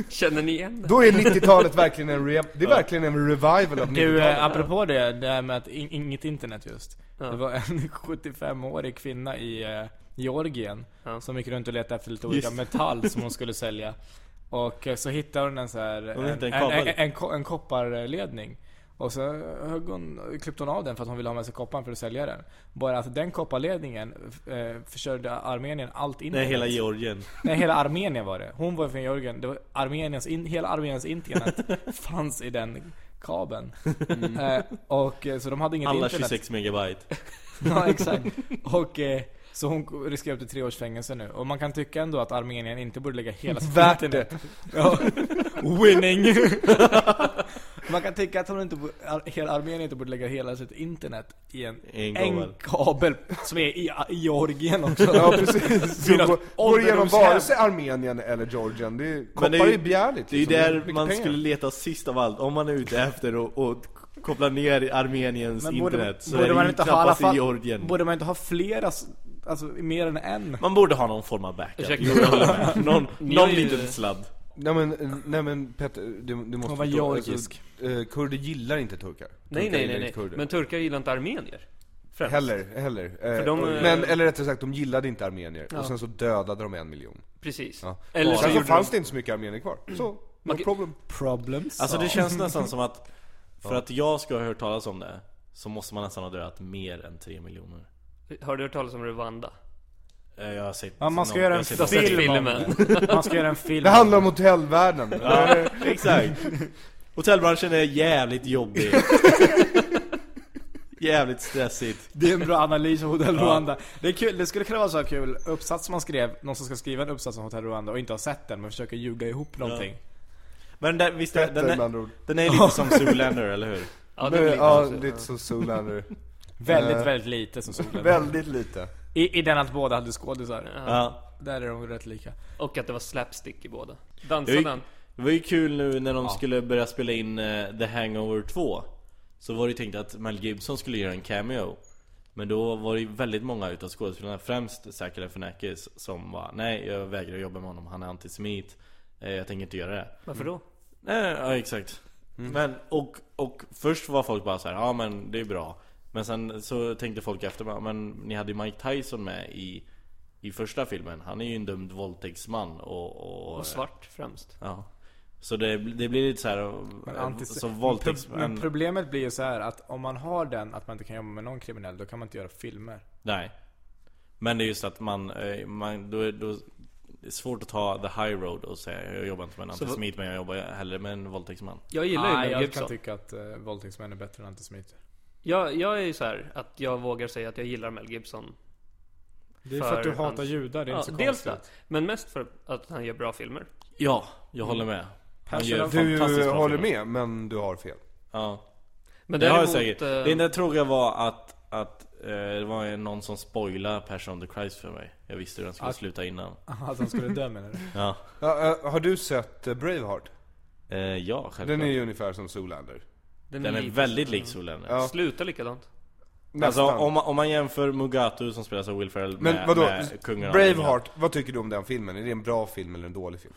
Känner ni igen det?
Då är 90-talet verkligen en, re- det är verkligen en revival av 90-talet.
Du, eh, apropå det, det här med att in, inget internet just. Det var en 75-årig kvinna i eh, Georgien som gick runt och letade efter lite olika metall som hon skulle sälja. Och eh, så hittade hon en så här,
hittade en
en, en, en,
kabel.
en, ko- en kopparledning. Och så högg hon, klippte hon av den för att hon ville ha med sig koppan för att sälja den. Bara att den kopparledningen eh, försörjde Armenien allt in.
Nej, hela Georgien.
Nej, hela Armenien var det. Hon var från Georgien. Det var Armeniens, in, hela Armeniens internet fanns i den kabeln. Eh, och eh, så de hade inget
Mm. Alla
internet.
26 megabyte.
ja, exakt. Och, eh, så hon riskerar upp till tre års fängelse nu. Och man kan tycka ändå att Armenien inte borde lägga hela sitt
Värt
internet. Ja. Winning! man kan tycka att hon inte borde, Ar- hela Armenien inte borde lägga hela sitt internet i en,
En
en
kabel.
kabel som är i i Georgien också.
Ja precis.
Vid
Du
något
går, går igenom
ålderdomshem.
vare sig Armenien eller Georgien. Det är, koppar
Men det
är
är
ju bjärligt.
Det är ju
liksom.
där
Mycket
man
pengar.
skulle leta sist av allt. Om man är ute efter och, och koppla ner Armeniens
Men borde-
internet så
borde
är det
man
ju
inte ha
knappast i
alla fall-
Georgien.
Borde man inte ha flera, s- alltså mer än en?
Man borde ha någon form av backup.
Ursäkta.
Jo, jag håller med. Någon,
Ni
någon
har ju-
liten sladd.
Nej men, nej men Petter, du, du måste
Hon var
förstå, alltså,
georgisk.
eh, kurder gillar inte turkar.
Nej,
Turkar
nej,
gillar
nej,
inte
nej.
kurder.
Men turkar gillar inte armenier. Främst.
Heller, heller. Eh,
de, eh,
men, eller rättare sagt, de gillade inte armenier. Och sen så dödade de en miljon.
Precis.
Ja.
Eller så
sen så
gjorde
fanns det inte så mycket armenier kvar.
Mm.
Så, no
kan-
problem.
Problems?
Alltså det känns nästan som att för att jag ska ha hört talas om det så måste man nästan ha dödat mer än 3 miljoner.
Har du hört talas om Rwanda?
Eh, Jag har sett
Ja, man ska
någon- jag
göra en
har sett
har sett
film om
filmen.
det. Alltså, Man ska göra en film
Det handlar om hotellvärlden.
Ja, exakt. Hotellbranschen är jävligt jobbig. jävligt stressigt.
Det är en bra analys av Hotell Rwanda. Det, är kul, det skulle kunna vara så här kul uppsats som man skrev, någon som ska skriva en uppsats om Hotell Rwanda och inte har sett den men försöker ljuga ihop någonting.
Men den, visst,
Petter,
den,
med
är,
andra ord.
den är lite som Zoolander, eller hur?
Ja, det
Nu-
blir
Ja,
ja,
lite som Zoolander.
Väldigt,
Eh.
väldigt lite som solen.
Väldigt lite.
I, I den att båda hade skådisar.
Ja.
Där är de rätt lika.
Och att det var slapstick i båda.
Jag
Dansade
gick-
han?
Det var ju kul nu när de skulle börja spela in eh, The Hangover 2 Så var det ju tänkt att Mel Gibson skulle göra en cameo Men då var det ju väldigt många utav skådespelarna, främst Zac Galifianakis Som var nej jag vägrar jobba med honom, han är antisemit Eh, Jag tänker inte göra det
Varför då?
Nej, ja exakt Men, och, och först var folk bara så här, ja men det är bra Men sen så tänkte folk efter, bara, men ni hade ju Mike Tyson med i i första filmen, han är ju en dömd våldtäktsman och, och,
Och svart främst.
Ja. Så det, det blir lite så här
Men
eh,
antis-
som våldtäkts...
Pro- Men problemet blir ju så här att om man har den att man inte kan jobba med någon kriminell, då kan man inte göra filmer.
nej. Men det är just att man, eh, man då, är- då det är svårt att ta the high road och säga jag jobbar inte med en
Så-
antisemit men jag jobbar hellre med en våldtäktsman.
Jag gillar
Nej,
ju Mel
Ah, jag kan
Gibson.
tycka att uh, våldtäktsmän är bättre än antisemiter.
Jag, jag är ju så här att jag vågar säga att jag gillar Mel Gibson.
Det är för, att du hatar
hans-
judar, det är
Ja,
inte så
dels
konstigt.
det. Men mest för att han gör bra filmer.
Ja, jag håller med. Han
Kanske
gör
den-
Du
fantastiskt bra
håller
filmer.
med, men du har fel.
Ja.
Men
det har jag
däremot...
säkert.
eh,
Det enda tråkiga var att, att eh, det var någon som spoilade Passion of the Christ för mig. Jag visste hur den skulle
Att-
sluta innan.
Att han skulle dö menar du?
Ja,
Ja, eh, har du sett eh, Braveheart?
eh, ja självklart. Alltså,
Den är ju ungefär som Zoolander.
den är
lite-
väldigt lik Zoolander.
Ja.
Slutar likadant.
Alltså
Nästan.
om man, om man jämför Mugatu som spelas av Will Ferrell
men
med,
vadå?
med kungen av England.
Braveheart, vad tycker du om den filmen? Är det en bra film eller en dålig film?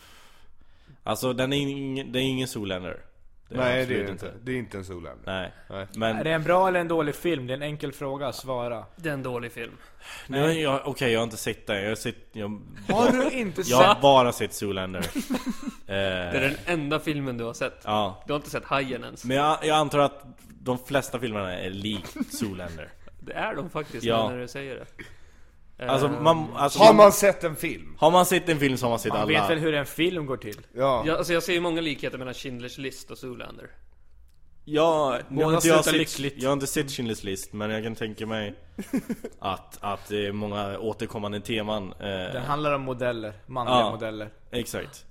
Alltså den är ingen, den är ingen Zoolander Det är
Nej det är
absolut
det inte. Det är inte en Zoolander.
Nej.
Nej.
Är
Men
det en bra eller en dålig film? Det är en enkel fråga, svara.
Det är en dålig film.
nu har jag, okej jag har inte sett den, jag har sett, jag,
Har du inte
jag har bara sett Zoolander
Det är
eh,
den enda filmen du har sett.
Ja,
Du har inte sett Hajen ens.
men jag, jag antar att de flesta filmerna är likt Zoolander
Det är de faktiskt
Ja.
nu när du säger det. Eh,
Alltså man, alltså,
Har man sett en film?
har man sett en film så har man sett
Man
alla
vet väl hur en film går till?
Ja.
jag, alltså jag ser ju många likheter mellan Schindler's list och Zoolander.
Ja, nu har
Båda
inte jag,
slutar
sett,
lyckligt.
jag har inte sett Schindler's list men jag kan tänka mig att, att det är många återkommande teman eh,
Den handlar om modeller, manliga
Ja.
modeller.
Exakt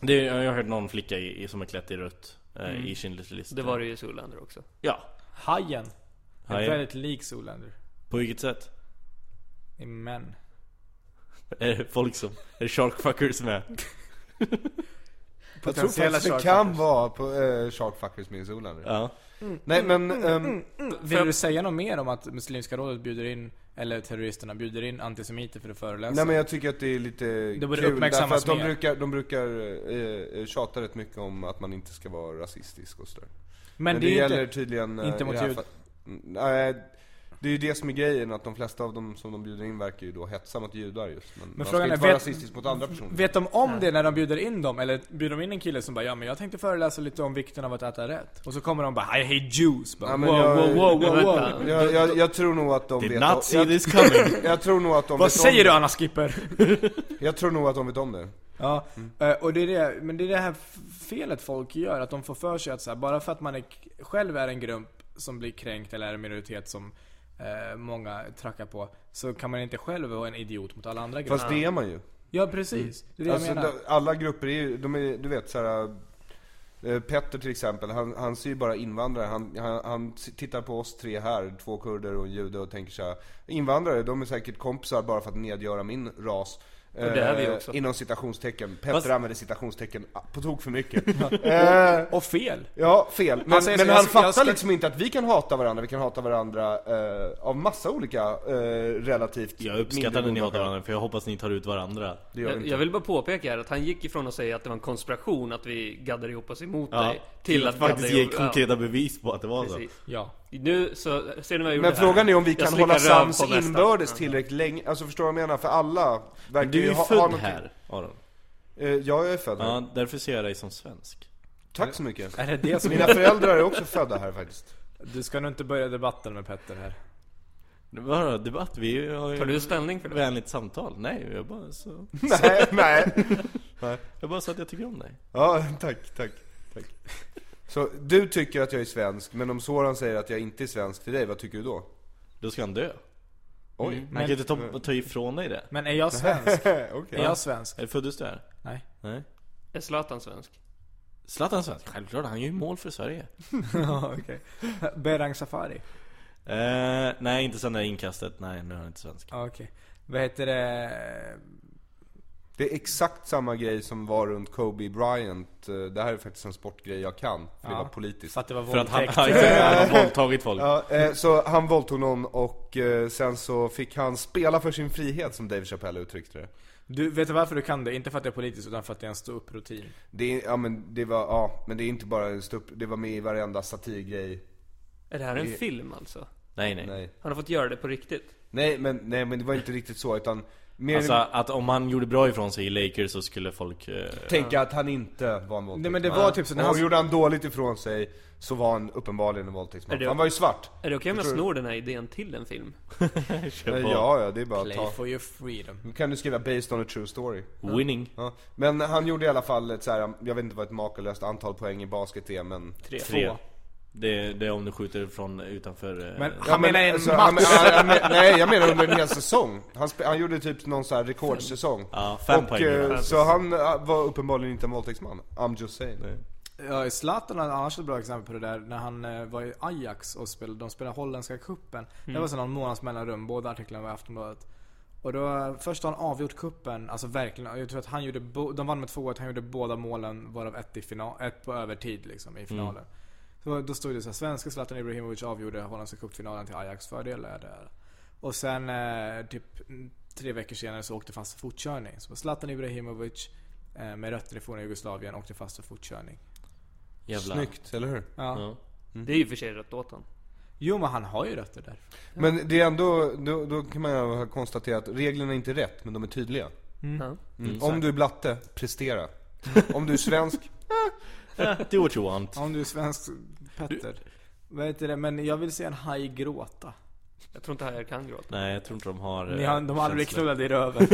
det, Jag har hört någon flicka i, i- som är klätt i rött eh, I Schindler's list
Mm. Det var det ju i Zoolander också.
Ja
Hajen. Är
Hajen.
väldigt lik Zoolander.
På vilket sätt?
I män.
Är det folk som... Är det sharkfuckers med?
jag tror
potentiella
faktiskt det
sharkfuckers.
kan vara på eh, Sharkfuckers med Zoolander.
Ja
Nej men,
Mm,
ehm,
Vill du säga något mer om att Muslimska rådet bjuder in, eller terroristerna bjuder in antisemiter för att föreläsa?
nej men jag tycker att det är lite
alltså, Det borde
kul därför
uppmärksammas
att de
mer.
brukar, de brukar eh, eh, tjata rätt mycket om att man inte ska vara rasistisk och sådär.
Men det, är ju
gäller
inte...
tydligen... eh,
inte mot
i det här
jud-
fall- Mm, Nej, Det är ju det som är grejen, att de flesta av dem som de bjuder in verkar ju då hetsa mot judar just. Men,
Men
man
frågan
ska
är,
inte vara
vet,
rasistisk mot andra personer.
vet de om det när de bjuder in dem? Eller bjuder de in en kille som bara 'Ja men jag tänkte föreläsa lite om vikten av att äta rätt' Och så kommer de bara 'I hate Jews' bara,
Ja, men
wow,
jag-
wow, wow, wow,
vänta.
wow.
Jag, jag, jag tror nog att de
Did
vet
not
om-
see
jag,
this coming.
Jag tror nog att de
Vad
vet om
säger
det.
du, Anna Skipper?
Jag tror nog att de vet om det.
Ja,
Mm.
eh, och det är det, men det är det här f- felet folk gör, att de får för sig att så här, bara för att man är, k- själv är en grupp som blir kränkt eller är en minoritet som eh, många trackar på, så kan man inte själv vara en idiot mot alla andra grupper.
Fast det är man ju.
Ja, precis. Det är det
Alltså,
jag menar.
de- Alla grupper är ju, de är, du vet såhär eh, Petter till exempel, han, han ser ju bara invandrare. Han, han, han s- tittar på oss tre här, två kurder och en jude och tänker såhär. Invandrare, de är säkert kompisar bara för att nedgöra min ras. Eh,
Och det är vi också.
Inom citationstecken. Petter
Fast-
använder citationstecken ah, på tok för mycket. Eh,
Och fel.
Ja, fel. Men,
Alltså, jag-
men
jag-
han
jag
fattar
ska-
liksom inte att vi kan hata varandra, vi kan hata varandra eh, av massa olika eh, relativt
Jag uppskattar
mindre
när ni
goda
hatar
skäl.
varandra för jag hoppas ni tar ut varandra.
Det gör vi
Jag,
inte.
jag vill bara påpeka här att han gick ifrån att säga att det var en konspiration att vi gaddade ihop oss emot
Ja,
dig Till att vi
faktiskt
gaddade
ge
ihop- ja,
konkreta bevis på att det var så.
precis.
Ja.
Nu så, ser ni vad jag gjorde här?
Men frågan är om vi
Jag
kan
slickar
hålla
röv
sams
på västan.
inbördes
Ja.
tillräckligt länge, alltså förstår du vad jag menar? För alla verkar
Men du är ju
ha, ha
född
någonting-
här Aron.
Eh, ja, jag är född här.
Ja, därför ser jag dig som svensk.
Tack så mycket. Alltså,
Är det det som
Mina föräldrar är också födda här faktiskt.
Du ska nog inte börja debatten med Petter här.
Vadå debatt? Vi har ju...
Tar du ställning för det?
Vänligt samtal? Nej, jag bara så...
nej, nej.
Jag bara sa att jag tycker om dig.
Ja, tack, tack, tack. Så du tycker att jag är svensk, men om Soran säger att jag inte är svensk till dig, vad tycker du då?
Mm, Då ska han dö. Mm,
Oj.
Han kan ju inte ta, ta ifrån dig det.
Men är jag svensk?
Okej.
Är jag svensk?
Är föddes du här?
Nej.
Nej.
Är Zlatan svensk?
Zlatan svensk? Självklart, han gör ju mål för Sverige.
Ja, okej. Berang Safari?
Eh, nej, inte sen det där inkastet. Nej, nu är han inte svensk.
Ja, Okej. Vad heter det?
Det är exakt samma grej som var runt Kobe Bryant. Eh, Det här är faktiskt en sportgrej jag kan, för det var politiskt.
För att det var
För att han,
våldtäkt.
han, han har våldtagit folk.
Ja, eh, så han våldtog någon och eh, sen så fick han spela för sin frihet som Dave Chappelle uttryckte det.
Du, vet du varför du kan det? Inte för att det är politiskt, utan för att det är en ståupprutin.
Det, är, ja, men det var, ja, men det är inte bara en stup, det var med i varenda satirgrej.
Är det här en film alltså?
Nej, nej.
Nej.
Han har fått göra det på riktigt?
Nej men, nej men det var inte riktigt så utan mer
Alltså att om han gjorde bra ifrån sig i Lakers så skulle folk... eh,
tänka att han inte var en våldtäktsman.
Nej, men det var typ så när
Och
han-
gjorde han dåligt ifrån sig så var han uppenbarligen en våldtäktsman.
Är det-
Han var ju svart.
Är det okej om jag
Förstår du?
snor den här idén till en film?
Eh,
köpa
Ja, ja det är bara att ta.
Play for your freedom.
Nu kan du skriva 'Based on a true story'
Winning.
ja. Men han gjorde i alla fall ett så här, jag vet inte vad ett makalöst antal poäng i basket är men
Tre.
Tre. Det, det är om du skjuter från utanför... eh,
Men
Ja,
han menar en
alltså, han-
match.
han- han men- nej, jag menar under en hel säsong. Han, spe- han gjorde typ någon så här rekordsäsong.
Ja, fem
och,
poäng.
eh,
Ja,
Så han eh, var uppenbarligen inte en våldtäktsman. I'm just saying.
Ja, Zlatan har annars ett bra exempel på det där. När han eh, var i Ajax och spelade, de spelade Holländska kuppen Det var så någon månads mellanrum, båda artiklarna var i Aftonbladet. Och då, eh, först har han avgjort kuppen alltså verkligen. Jag tror att han gjorde, bo- de vann med 2-1, han gjorde båda målen varav ett, i final, ett på övertid liksom i finalen. Så då stod det så här, svenska Zlatan Ibrahimovic avgjorde Holländska cupfinalen till Ajax fördel. Där, där. Och sen eh, typ mm, tre veckor senare så åkte fast för fortkörning. Så Zlatan Ibrahimovic eh, med rötter i forna Jugoslavien åkte fast för fortkörning.
jävla...
Snyggt, eller hur?
Ja.
Ja.
Det är ju i och för sig rätt åt honom.
Jo men han har ju rötter där.
Men det är ändå, då, då kan man ju ha konstaterat att reglerna är inte rätt, men de är tydliga.
Ja.
Mm. Om du är blatte, prestera. Om du är svensk,
Do what you want.
Om du är svensk Petter. Vad heter det? Men jag vill se en haj gråta.
Jag tror inte hajar kan gråta.
Nej, jag tror inte de har... eh,
Ni har, de har aldrig
känslor.
knullat i röven.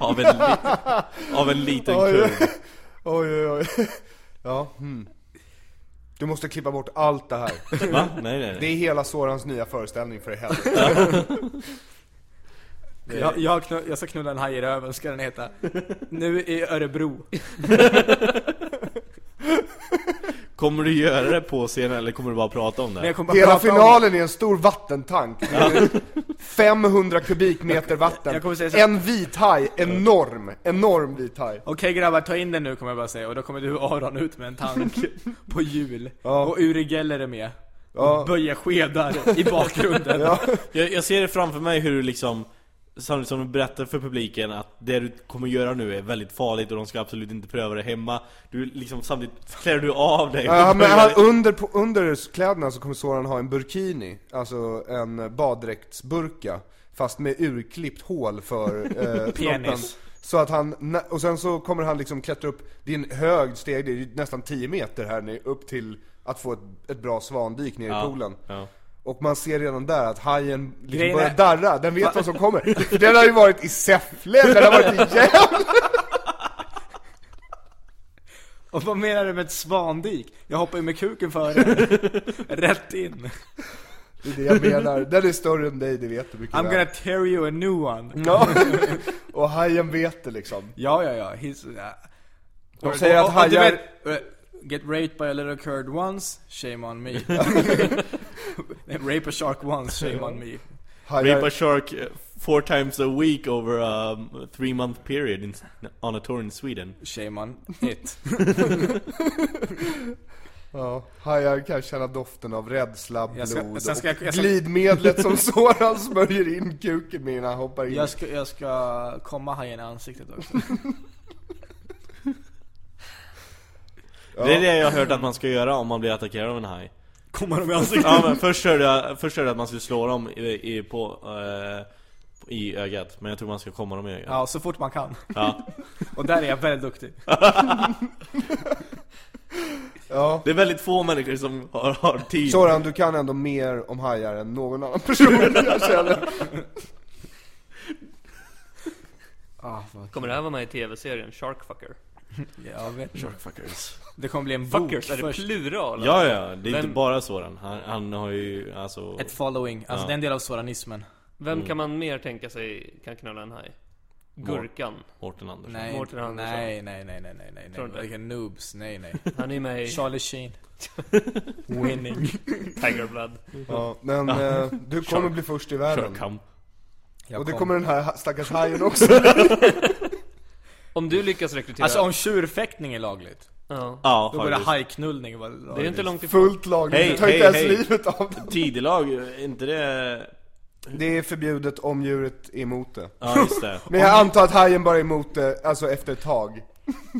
Av en, li- av en liten
Oj.
kurv.
oj oj oj. Ja, hmm. Du måste klippa bort allt det här.
Va? Nej, nej,
Det
nej.
är hela Sorans nya föreställning för i helg.
jag, jag, knu- jag ska knulla en haj i röven ska den heta. Nu i Örebro.
Kommer du göra det på scenen eller kommer du bara prata om
Men
det?
jag kommer bara
Hela
prata om-
finalen är en stor vattentank. Det är 500 kubikmeter
Jag kommer
vatten.
säga så här-
En vit haj, enorm, enorm vit haj.
Okej grabbar, ta in den nu kommer jag bara säga. Och då kommer du Aron ut med en tank på hjul. Och Uri Geller är med.
Ja.
Böja skedar i bakgrunden.
Jag, jag ser det framför mig hur du liksom Samtidigt som de berättar för publiken att det du kommer göra nu är väldigt farligt och de ska absolut inte pröva det hemma Du liksom samtidigt klär du av dig och
Ja, men
börjar-
han, under, på, under kläderna så kommer Soran ha en burkini, alltså en baddräktsburka, fast med urklippt hål för eh, knoppen.
Penis.
Så att han, nä- och sen så kommer han liksom klättra upp, det är en hög steg, det är ju nästan 10 meter här ner, upp till att få ett, ett bra svandyk ner i
Ja,
poolen.
ja.
Och man ser redan där att hajen liksom
Grejen
börjar
är-
darra, den vet vad som kommer. För den har ju varit i Säffle, den har varit i Gävle.
Och vad menar du med ett svandik? Jag hoppar ju med kuken före. Rätt in.
Det är det jag menar, den är större än dig, det vet du mycket
I'm gonna
väl.
tear you a new one.
Ja, och hajen vet det liksom.
Ja, ja, ja. He's, uh, ja.
De säger att
och du
hajar-
vet, eh, Get raped by a little curd once, shame on me. Nej, Rape a shark once, shame on me.
Hajar,
Rape a shark uh, four times a week over a um, three month period in, on a tour in Sweden
Shame on it.
ja, hajar kan känna doften av rädsla, blod
Jag ska- sen ska jag-
och
jag ska-
glidmedlet som Soran smörjer in kuken med innan han hoppar in.
Jag ska, jag ska komma hajen i ansiktet också.
Det är det jag har hört att man ska göra om man blir attackerad av en haj
Komma dem i ansiktet?
Ja men först hörde jag, först hörde jag att man skulle slå dem i, i, på, eh, i ögat Men jag tror man ska komma dem i ögat
Ja, så fort man kan.
Ja.
Och där är jag väldigt duktig.
Ja.
Det är väldigt få människor som har, har tid
Soran, du kan ändå mer om hajar än någon annan person jag känner.
Ah, vad...
Kommer det här vara med i tv-serien Sharkfucker?
Jag vet inte.
Fuckers.
Det kommer bli en bok
Fuckers, är det
först.
plural?
Ja ja, det är
Vem-
inte bara Soran han, han har ju alltså
Ett following, alltså det är en del av soranismen.
Vem kan man mer tänka sig kan knulla en haj? Gurkan.
Mårten Andersson
Nej,
Mårten Andersson.
nej, nej, nej, nej, nej, nej,
Tror inte.
nej. Vilka noobs, nej, nej.
Han är med i
Charlie Sheen. Winning.
Tiger Blood.
Ja, men eh, du kommer bli först i världen.
Körkamp
Jag
Och det
kom.
kommer den här ha- stackars hajen också.
Om du lyckas rekrytera...
Alltså om tjurfäktning är lagligt,
ja.
Ja
då borde
faktiskt
hajknullning vara
Det är
lagligt.
inte långt ifrån.
Typ Fullt lagligt,
Hej,
du tar inte
hej,
ens
hej.
livet av den.
Tidelag, är inte det...
Det är förbjudet om djuret är emot det.
Ja just det
Men jag antar att hajen bara är emot det, alltså efter ett tag.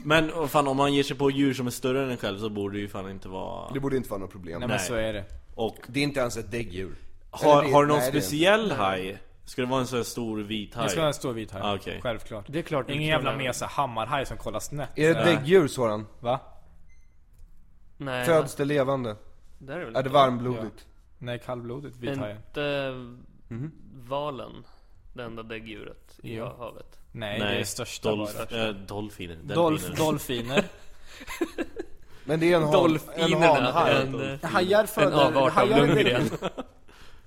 Men vad fan om man ger sig på djur som är större än en själv så borde det ju fan inte vara...
Det borde inte vara något problem.
Nej men
Nej.
så är det.
Och
Det är inte ens ett däggdjur.
har,
det-
har du någon
nej, det-
speciell haj? Ska det vara en sån här stor vit
Det ska vara
haj?
en stor vit haj,
Ah, okej.
självklart.
Det är klart du
Ingen
knullar
jävla
en-
mesa hammarhaj som kollar snett. Äh,
Är det ett däggdjur Soran?
Va?
Nej,
Föds det levande?
där är väl
Är det varmblodigt?
Nej, kallblodigt vithajen.
Inte valen det enda däggdjuret i
Jo.
havet.
Nej, det är största
dolf,
bara.
eh, dolfiner.
Dolf,
delfiner.
dolfiner.
Men det är en, han, en
Dolfinerna.
hanhaj.
En, eh,
Hajar
en
föder...
avart av
Hajar, lägger-
Lundgren.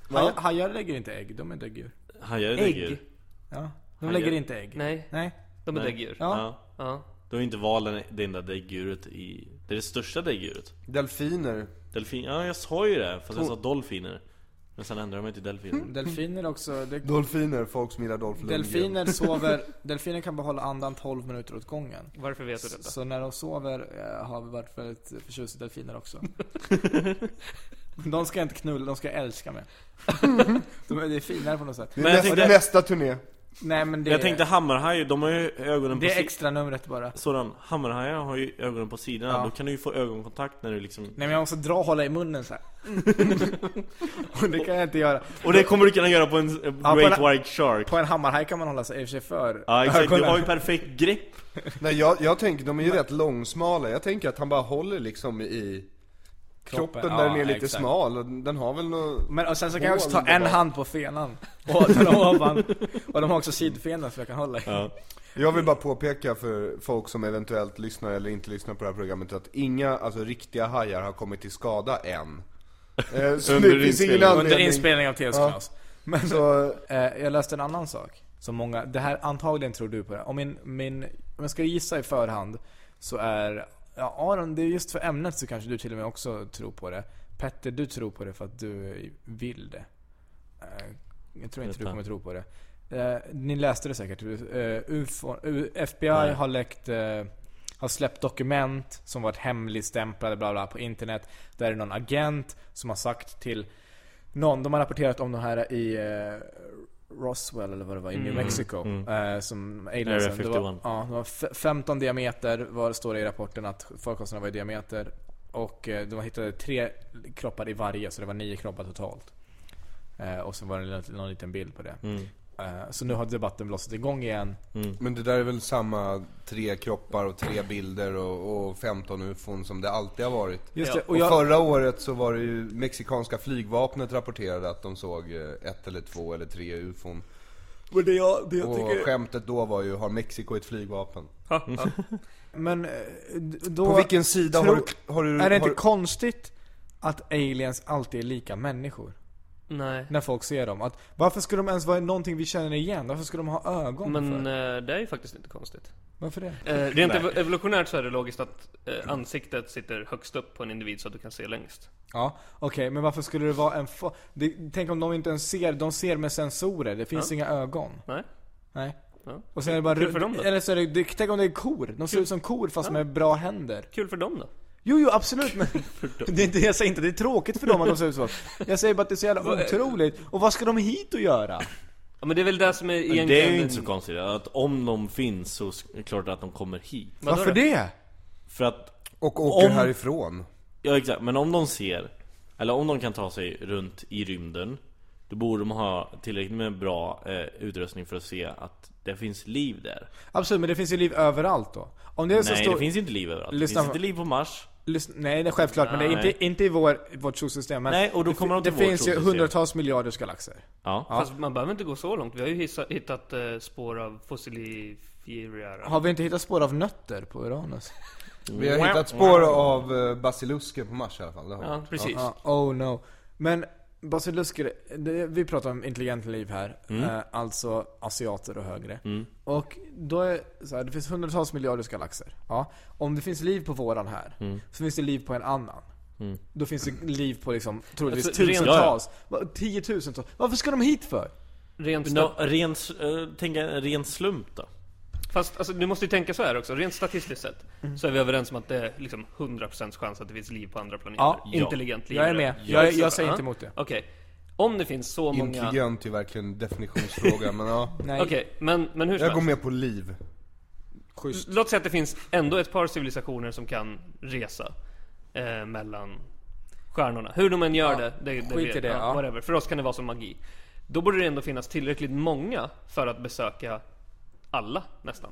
hajar, hajar lägger inte ägg, de är däggdjur.
Hajar är
Ägg.
däggdjur.
Ja, de
Hajar-
lägger inte ägg.
Nej,
Nej.
de är
Nej.
däggdjur.
Ja.
Ja.
Ja.
Då är inte valen det enda däggdjuret i... Det är det största däggdjuret.
Delfiner.
Delfin... Ja, jag sa ju det. Fast jag sa dolfiner. Men sen ändrade jag mig till
Mm.
delfiner.
Delfiner också, det,
Dolfiner, folk som gillar Dolph Lundgren.
delfiner sover, delfiner kan behålla andan 12 minuter åt gången.
Varför vet du detta?
Så när de sover eh, har vi varit väldigt förtjust i delfiner också. de ska jag inte knulla, de ska jag älska med. De är, det är finare på något sätt.
Det är
Men jag
nästa,
tänkte-
nästa turné.
Nej men det,
Jag tänkte hammarhaj, de har ju ögonen
det
på
är
sidan.
extra numret bara.
Sådan, hammarhajar har ju ögonen på sidorna.
Ja. Mm.
Då kan du ju få ögonkontakt när du liksom...
Nej men jag måste dra och hålla i munnen så här. och det kan jag inte göra.
Och det kommer du kunna göra på en eh,
på
Great
en-
White Shark.
På en hammarhaj kan man hålla sig i och för sig för
Ja exakt, du
ögonen.
har ju perfekt grepp.
Nej jag, jag tänker, de är ju rätt långsmala. Jag tänker att han bara håller liksom i kroppen,
ja,
där den är lite
exakt.
smal. Och den har väl nå...
Men och sen så kan jag också ta
Hål där
en
bak.
hand på fenan. Och de har, man, och de har också sidfenan som jag kan hålla i.
Jag vill bara påpeka för folk som eventuellt lyssnar eller inte lyssnar på det här programmet att inga, alltså riktiga hajar har kommit till skada än. Eh, Så det finns ingen
inspelningen.
Under
anledning.
inspelning av TS
Ja.
Knas. Men
Så,
eh, jag läste en annan sak. Som många, det här antagligen tror du på det. Om, min, min, om jag ska gissa i förhand så är, ja Aron det är just för ämnet så kanske du till och med också tror på det. Petter du tror på det för att du vill det. Eh, jag tror inte du
Vänta.
kommer tro på det. Eh, ni läste det säkert. Eh, UFO, U- FBI
Nej.
har läckt eh, har släppt dokument som varit hemligstämplade bla bla på internet. Där är det någon agent som har sagt till någon, de har rapporterat om de här i eh, Roswell eller vad det var i
Mm.
New Mexico.
Mm.
Eh, som aliensen.
Area
Det
51.
var, ja, det var f- 15 diameter var det står det i rapporten att förekomsterna var i diameter. Och eh, de hittade tre kroppar i varje så det var nio kroppar totalt. Eh, och så var det någon- någon liten bild på det.
Mm.
Eh, så nu har debatten blossat igång igen.
Men det där är väl samma tre kroppar och tre bilder och, och 15 ufon som det alltid har varit.
Just det,
och
och jag-
förra året så var det ju mexikanska flygvapnet rapporterade att de såg eh, ett eller två eller tre ufon.
Men det jag, det jag
och
tycker-
skämtet då var ju, har Mexiko ett flygvapen?
Men eh, d- då...
På vilken sida har du- har du-
Är det inte
har-
konstigt att aliens alltid är lika människor?
Nej.
När folk ser dem. Att, varför skulle de ens vara någonting vi känner igen? Varför skulle de ha ögon
Men
för?
eh, det är ju faktiskt inte konstigt.
Varför det?
Eh, rent
Nej.
ev- evolutionärt så är det logiskt att eh, ansiktet sitter högst upp på en individ så att du kan se längst.
Ja, okej, men varför skulle det vara en fa- det, Tänk om de inte ens ser, de ser med sensorer, det finns
Ja.
inga ögon.
Nej.
Nej.
Ja.
Och sen är det bara
Kul för dem då.
Eller så är det, det, tänk om det är kor, de ser ut som kor fast med bra händer.
Kul för dem då.
Jo, jo absolut men det är inte, jag säger inte att det är tråkigt för dem att de ser ut så. Jag säger bara att det är så jävla
Vad-
otroligt. Och vad ska de hit och göra?
Ja men det är väl det som är egentligen...
Men det är ju inte så konstigt, att om de finns så är det klart att de kommer hit
Varför Vadå då? det?
För att...
Och åker härifrån.
Ja exakt, men om de ser, eller om de kan ta sig runt i rymden Då borde de ha tillräckligt med bra eh, utrustning för att se att det finns liv där
Absolut, men det finns ju liv överallt då. Om det är så
Nej
stor...
det finns inte liv överallt,
Lyssna-
det finns inte liv på Mars
Lyssna, nej, det är självklart, men det är
Nej.
inte, inte i vår, vårt solsystem. Men
Nej, och då
det, fi-
kommer de
det
till vårt
finns ju
solsystem.
hundratals miljarder galaxer.
Ja.
Fast man behöver inte gå så långt. Vi har ju hissa, hittat eh, spår av fossilifierare.
Har vi inte hittat spår av nötter på Uranus?
Vi har hittat spår av eh, basilusker på Mars i alla fall. Det har vi.
Ja, oh no. Men basilusker, det, vi pratar om intelligent liv här.
Mm.
Eh, alltså asiater och högre.
Mm.
Och då är så här, det finns hundratals miljarder galaxer. Ja. Om det finns liv på våran här,
Mm.
så finns det liv på en annan.
Mm.
Då finns det liv på liksom, troligtvis
Alltså, rent-
tusentals, va- tiotusentals. Varför ska de hit för?
Rent
Nå, ren, s- eh, tänk en ren slump då
Fast alltså, du måste ju tänka så här också, rent statistiskt sett
Mm.
Så är vi överens om att det är liksom 100% chans att det finns liv på andra planeter
Ja.
Intelligent liv
Jag är med. Jag- jag säger
Ja.
inte emot det.
Okej Om det finns så många
Intelligent är verkligen en definitionsfråga, men ja.
Okej, men, men hur som
Jag går
helst.
med på liv.
Schysst.
Låt säga att det finns ändå ett par civilisationer som kan resa eh, mellan stjärnorna. Hur de än gör
Ja,
det, det, det,
skit i det, ja.
whatever. För oss kan det vara som magi. Då borde det ändå finnas tillräckligt många för att besöka alla nästan.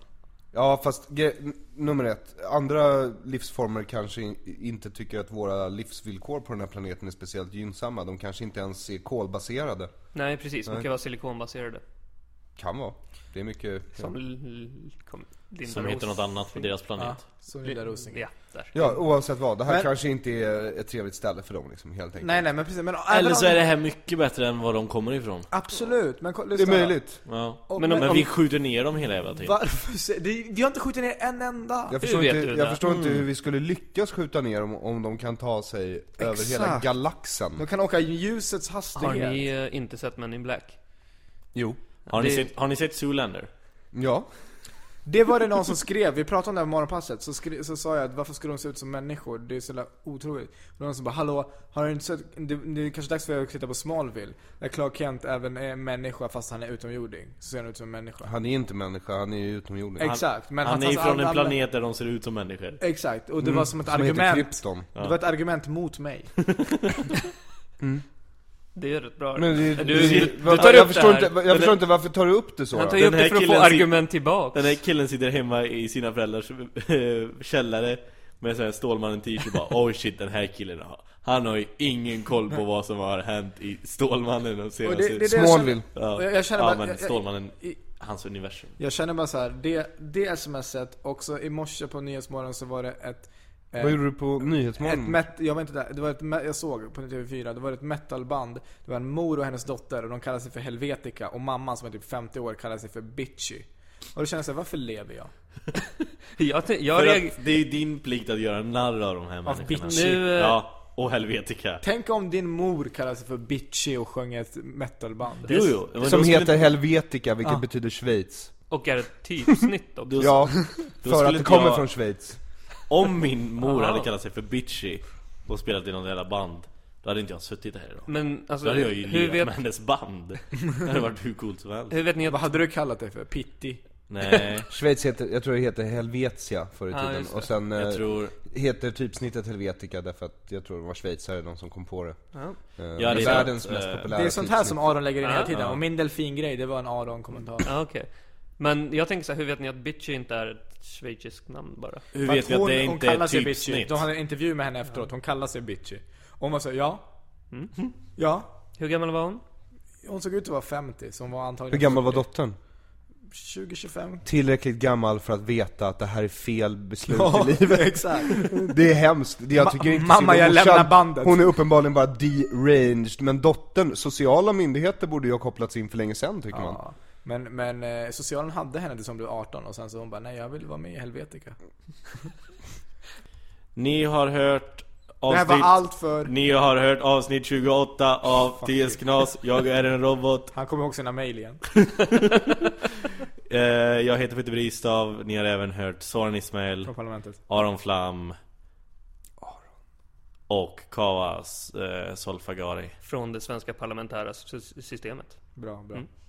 Ja fast ge- n- nummer ett, andra livsformer kanske in, inte tycker att våra livsvillkor på den här planeten är speciellt gynnsamma. De kanske inte ens är kolbaserade.
Nej precis, de
Nej.
kan vara silikonbaserade.
Kan vara. Det är mycket...
Som
ja.
l- kom, Linda
Mm. Som heter
Ros-
något annat på deras planet
som Linda Rosengren.
Ja, där.
Ja, oavsett vad. Det här
Men-
kanske inte är ett trevligt ställe för dem liksom, helt enkelt.
Nej nej men precis, men
Eller
även
så
om-
är det här mycket bättre än var de kommer ifrån
Absolut, men ko-
Det är
lyssna då.
möjligt.
Ja.
Och-
Men,
men-
men
om-
vi skjuter ner dem hela jävla tiden
Varför? se- det- Vi har inte skjutit ner en enda!
Jag förstår, inte, jag förstår inte
Mm.
hur vi skulle lyckas skjuta ner dem om de kan ta sig över hela
Exakt.
galaxen.
De kan åka i ljusets hastighet.
Har ni eh, inte sett Men in Black?
Jo.
Har ni,
Det-
sett, har ni sett Zoolander?
Ja.
Det var det någon som skrev, vi pratade om det här på morgonpasset, så, skri- så sa jag att varför skulle de se ut som människor? Det är så jävla otroligt. Och någon som bara, hallå, har du inte sett, det, det är kanske dags för er att titta på Smallville? Där Clark Kent även är en människa fast han är utomjording. Så ser han ut som en människa.
Han är inte människa, han är ju utomjording.
Han- Exakt, men
han
han
är ju
tas
från
alla-
en planet där de ser ut som människor
Exakt, och det
Mm,
var som ett
som heter
argument.
Krypton.
Det var ett argument mot mig.
Det är rätt bra.
Men det,
du,
det-
du,
vad-
tar
jag
upp
förstår
det här.
inte, jag förstår inte varför tar du upp det så
Han
då?
tar ju upp
Den här
det för att få
killen sit-
argument tillbaks.
Den här killen sitter hemma i sina föräldrars eh, källare Med sån här Stålmannen-t-shirt och bara Oj shit den här killen har Han har ju ingen koll på vad som har hänt i Stålmannen de senaste...
det- det är det jag Smallville. känner-
Ja,
och jag- jag känner
ja
bara-
men
jag- jag-
Stålmannen,
i-
hans universum
Jag känner bara så här, det, det smset, också i morse på Nyhetsmorgon så var det ett eh,
Vad gjorde du på
Ett
Nyhetsmorgon?
met- jag var inte där, det var ett me- jag såg på TV4, det var ett metalband Det var en mor och hennes dotter och de kallade sig för Helvetica och mamman som är typ 50 år kallade sig för Bitchy Och då kände jag såhär, varför lever jag?
Jag, tän- jag
För
reagerar...
att det är ju din plikt att göra narr av de här
Alltså,
människorna
bitchy. Nu, eh,
Ja, och helvetica
Tänk om din mor kallade sig för Bitchy och sjöng ett metalband
Jo, jo, men
Som
då
heter
skulle-
Helvetica, vilket
Ah.
betyder Schweiz.
Och är ett typsnitt också.
Ja,
då
för att
skulle
det
inte
kommer
jag-
från Schweiz.
Om min mor
Ah.
hade kallat sig för bitchy och spelat i någon jävla band Då hade inte jag suttit här idag.
Men, alltså,
då hade jag ju
hur
hur
vet-
med hennes band. Det hade varit hur coolt som helst.
Hur vet ni att...
Vad hade du kallat dig för? Pitti?
Nej.
Schweiz heter, jag tror det heter Helvetia förr i
Ja,
tiden.
just det.
och sen eh,
Jag tror...
heter typsnittet Helvetica därför att jag tror det var schweizare de som kom på det.
Ja.
Eh,
det är
världens
sant.
mest
Eh,
populära
Det är sånt här som
typsnitt.
Aron lägger in hela
Ja,
tiden,
ja.
och min delfingrej, det var en Aron-kommentar.
Ja, okej. Men jag tänker så här, hur vet ni att Bitchy inte är ett schweiziskt namn bara?
Hur
För
vet
att
vi att
hon-
det
hon
inte typ är
kallar
ett
sig
typsnitt?
Bitchy. De hade en intervju med henne efteråt, hon kallar sig bitchy. Och hon var så, ja.
Mm.
Ja.
Hur gammal var hon?
Hon såg ut att vara 50, så hon var
Hur
antagligen
gammal var dottern?
20-25.
Tillräckligt gammal för att veta att det här är fel beslut
Ja,
i livet. Mm.
exakt.
Det är hemskt. Det- Jag
Ma-
tycker inte
mamma,
synd om
jag
morsan.
lämnar bandet.
Hon är uppenbarligen bara deranged. Men dottern, sociala myndigheter borde ju ha kopplats in för länge sedan tycker man.
Ja. Men, men eh, socialen hade henne tills hon blev 18 och sen så hon bara nej jag vill vara med i Helvetica.
Ni har hört
Det här
avsnitt...
var allt för...
Ni har hört avsnitt 28 av TS Knas. Jag är en robot.
Han kommer ihåg sina mail igen.
Eh, jag heter Peter Bristav. Ni har även hört Soran Ismail,
Från parlamentet.
Aron Flam och Kawas eh, Solfagari.
Från det svenska parlamentära sy- systemet.
Bra, bra.
Mm.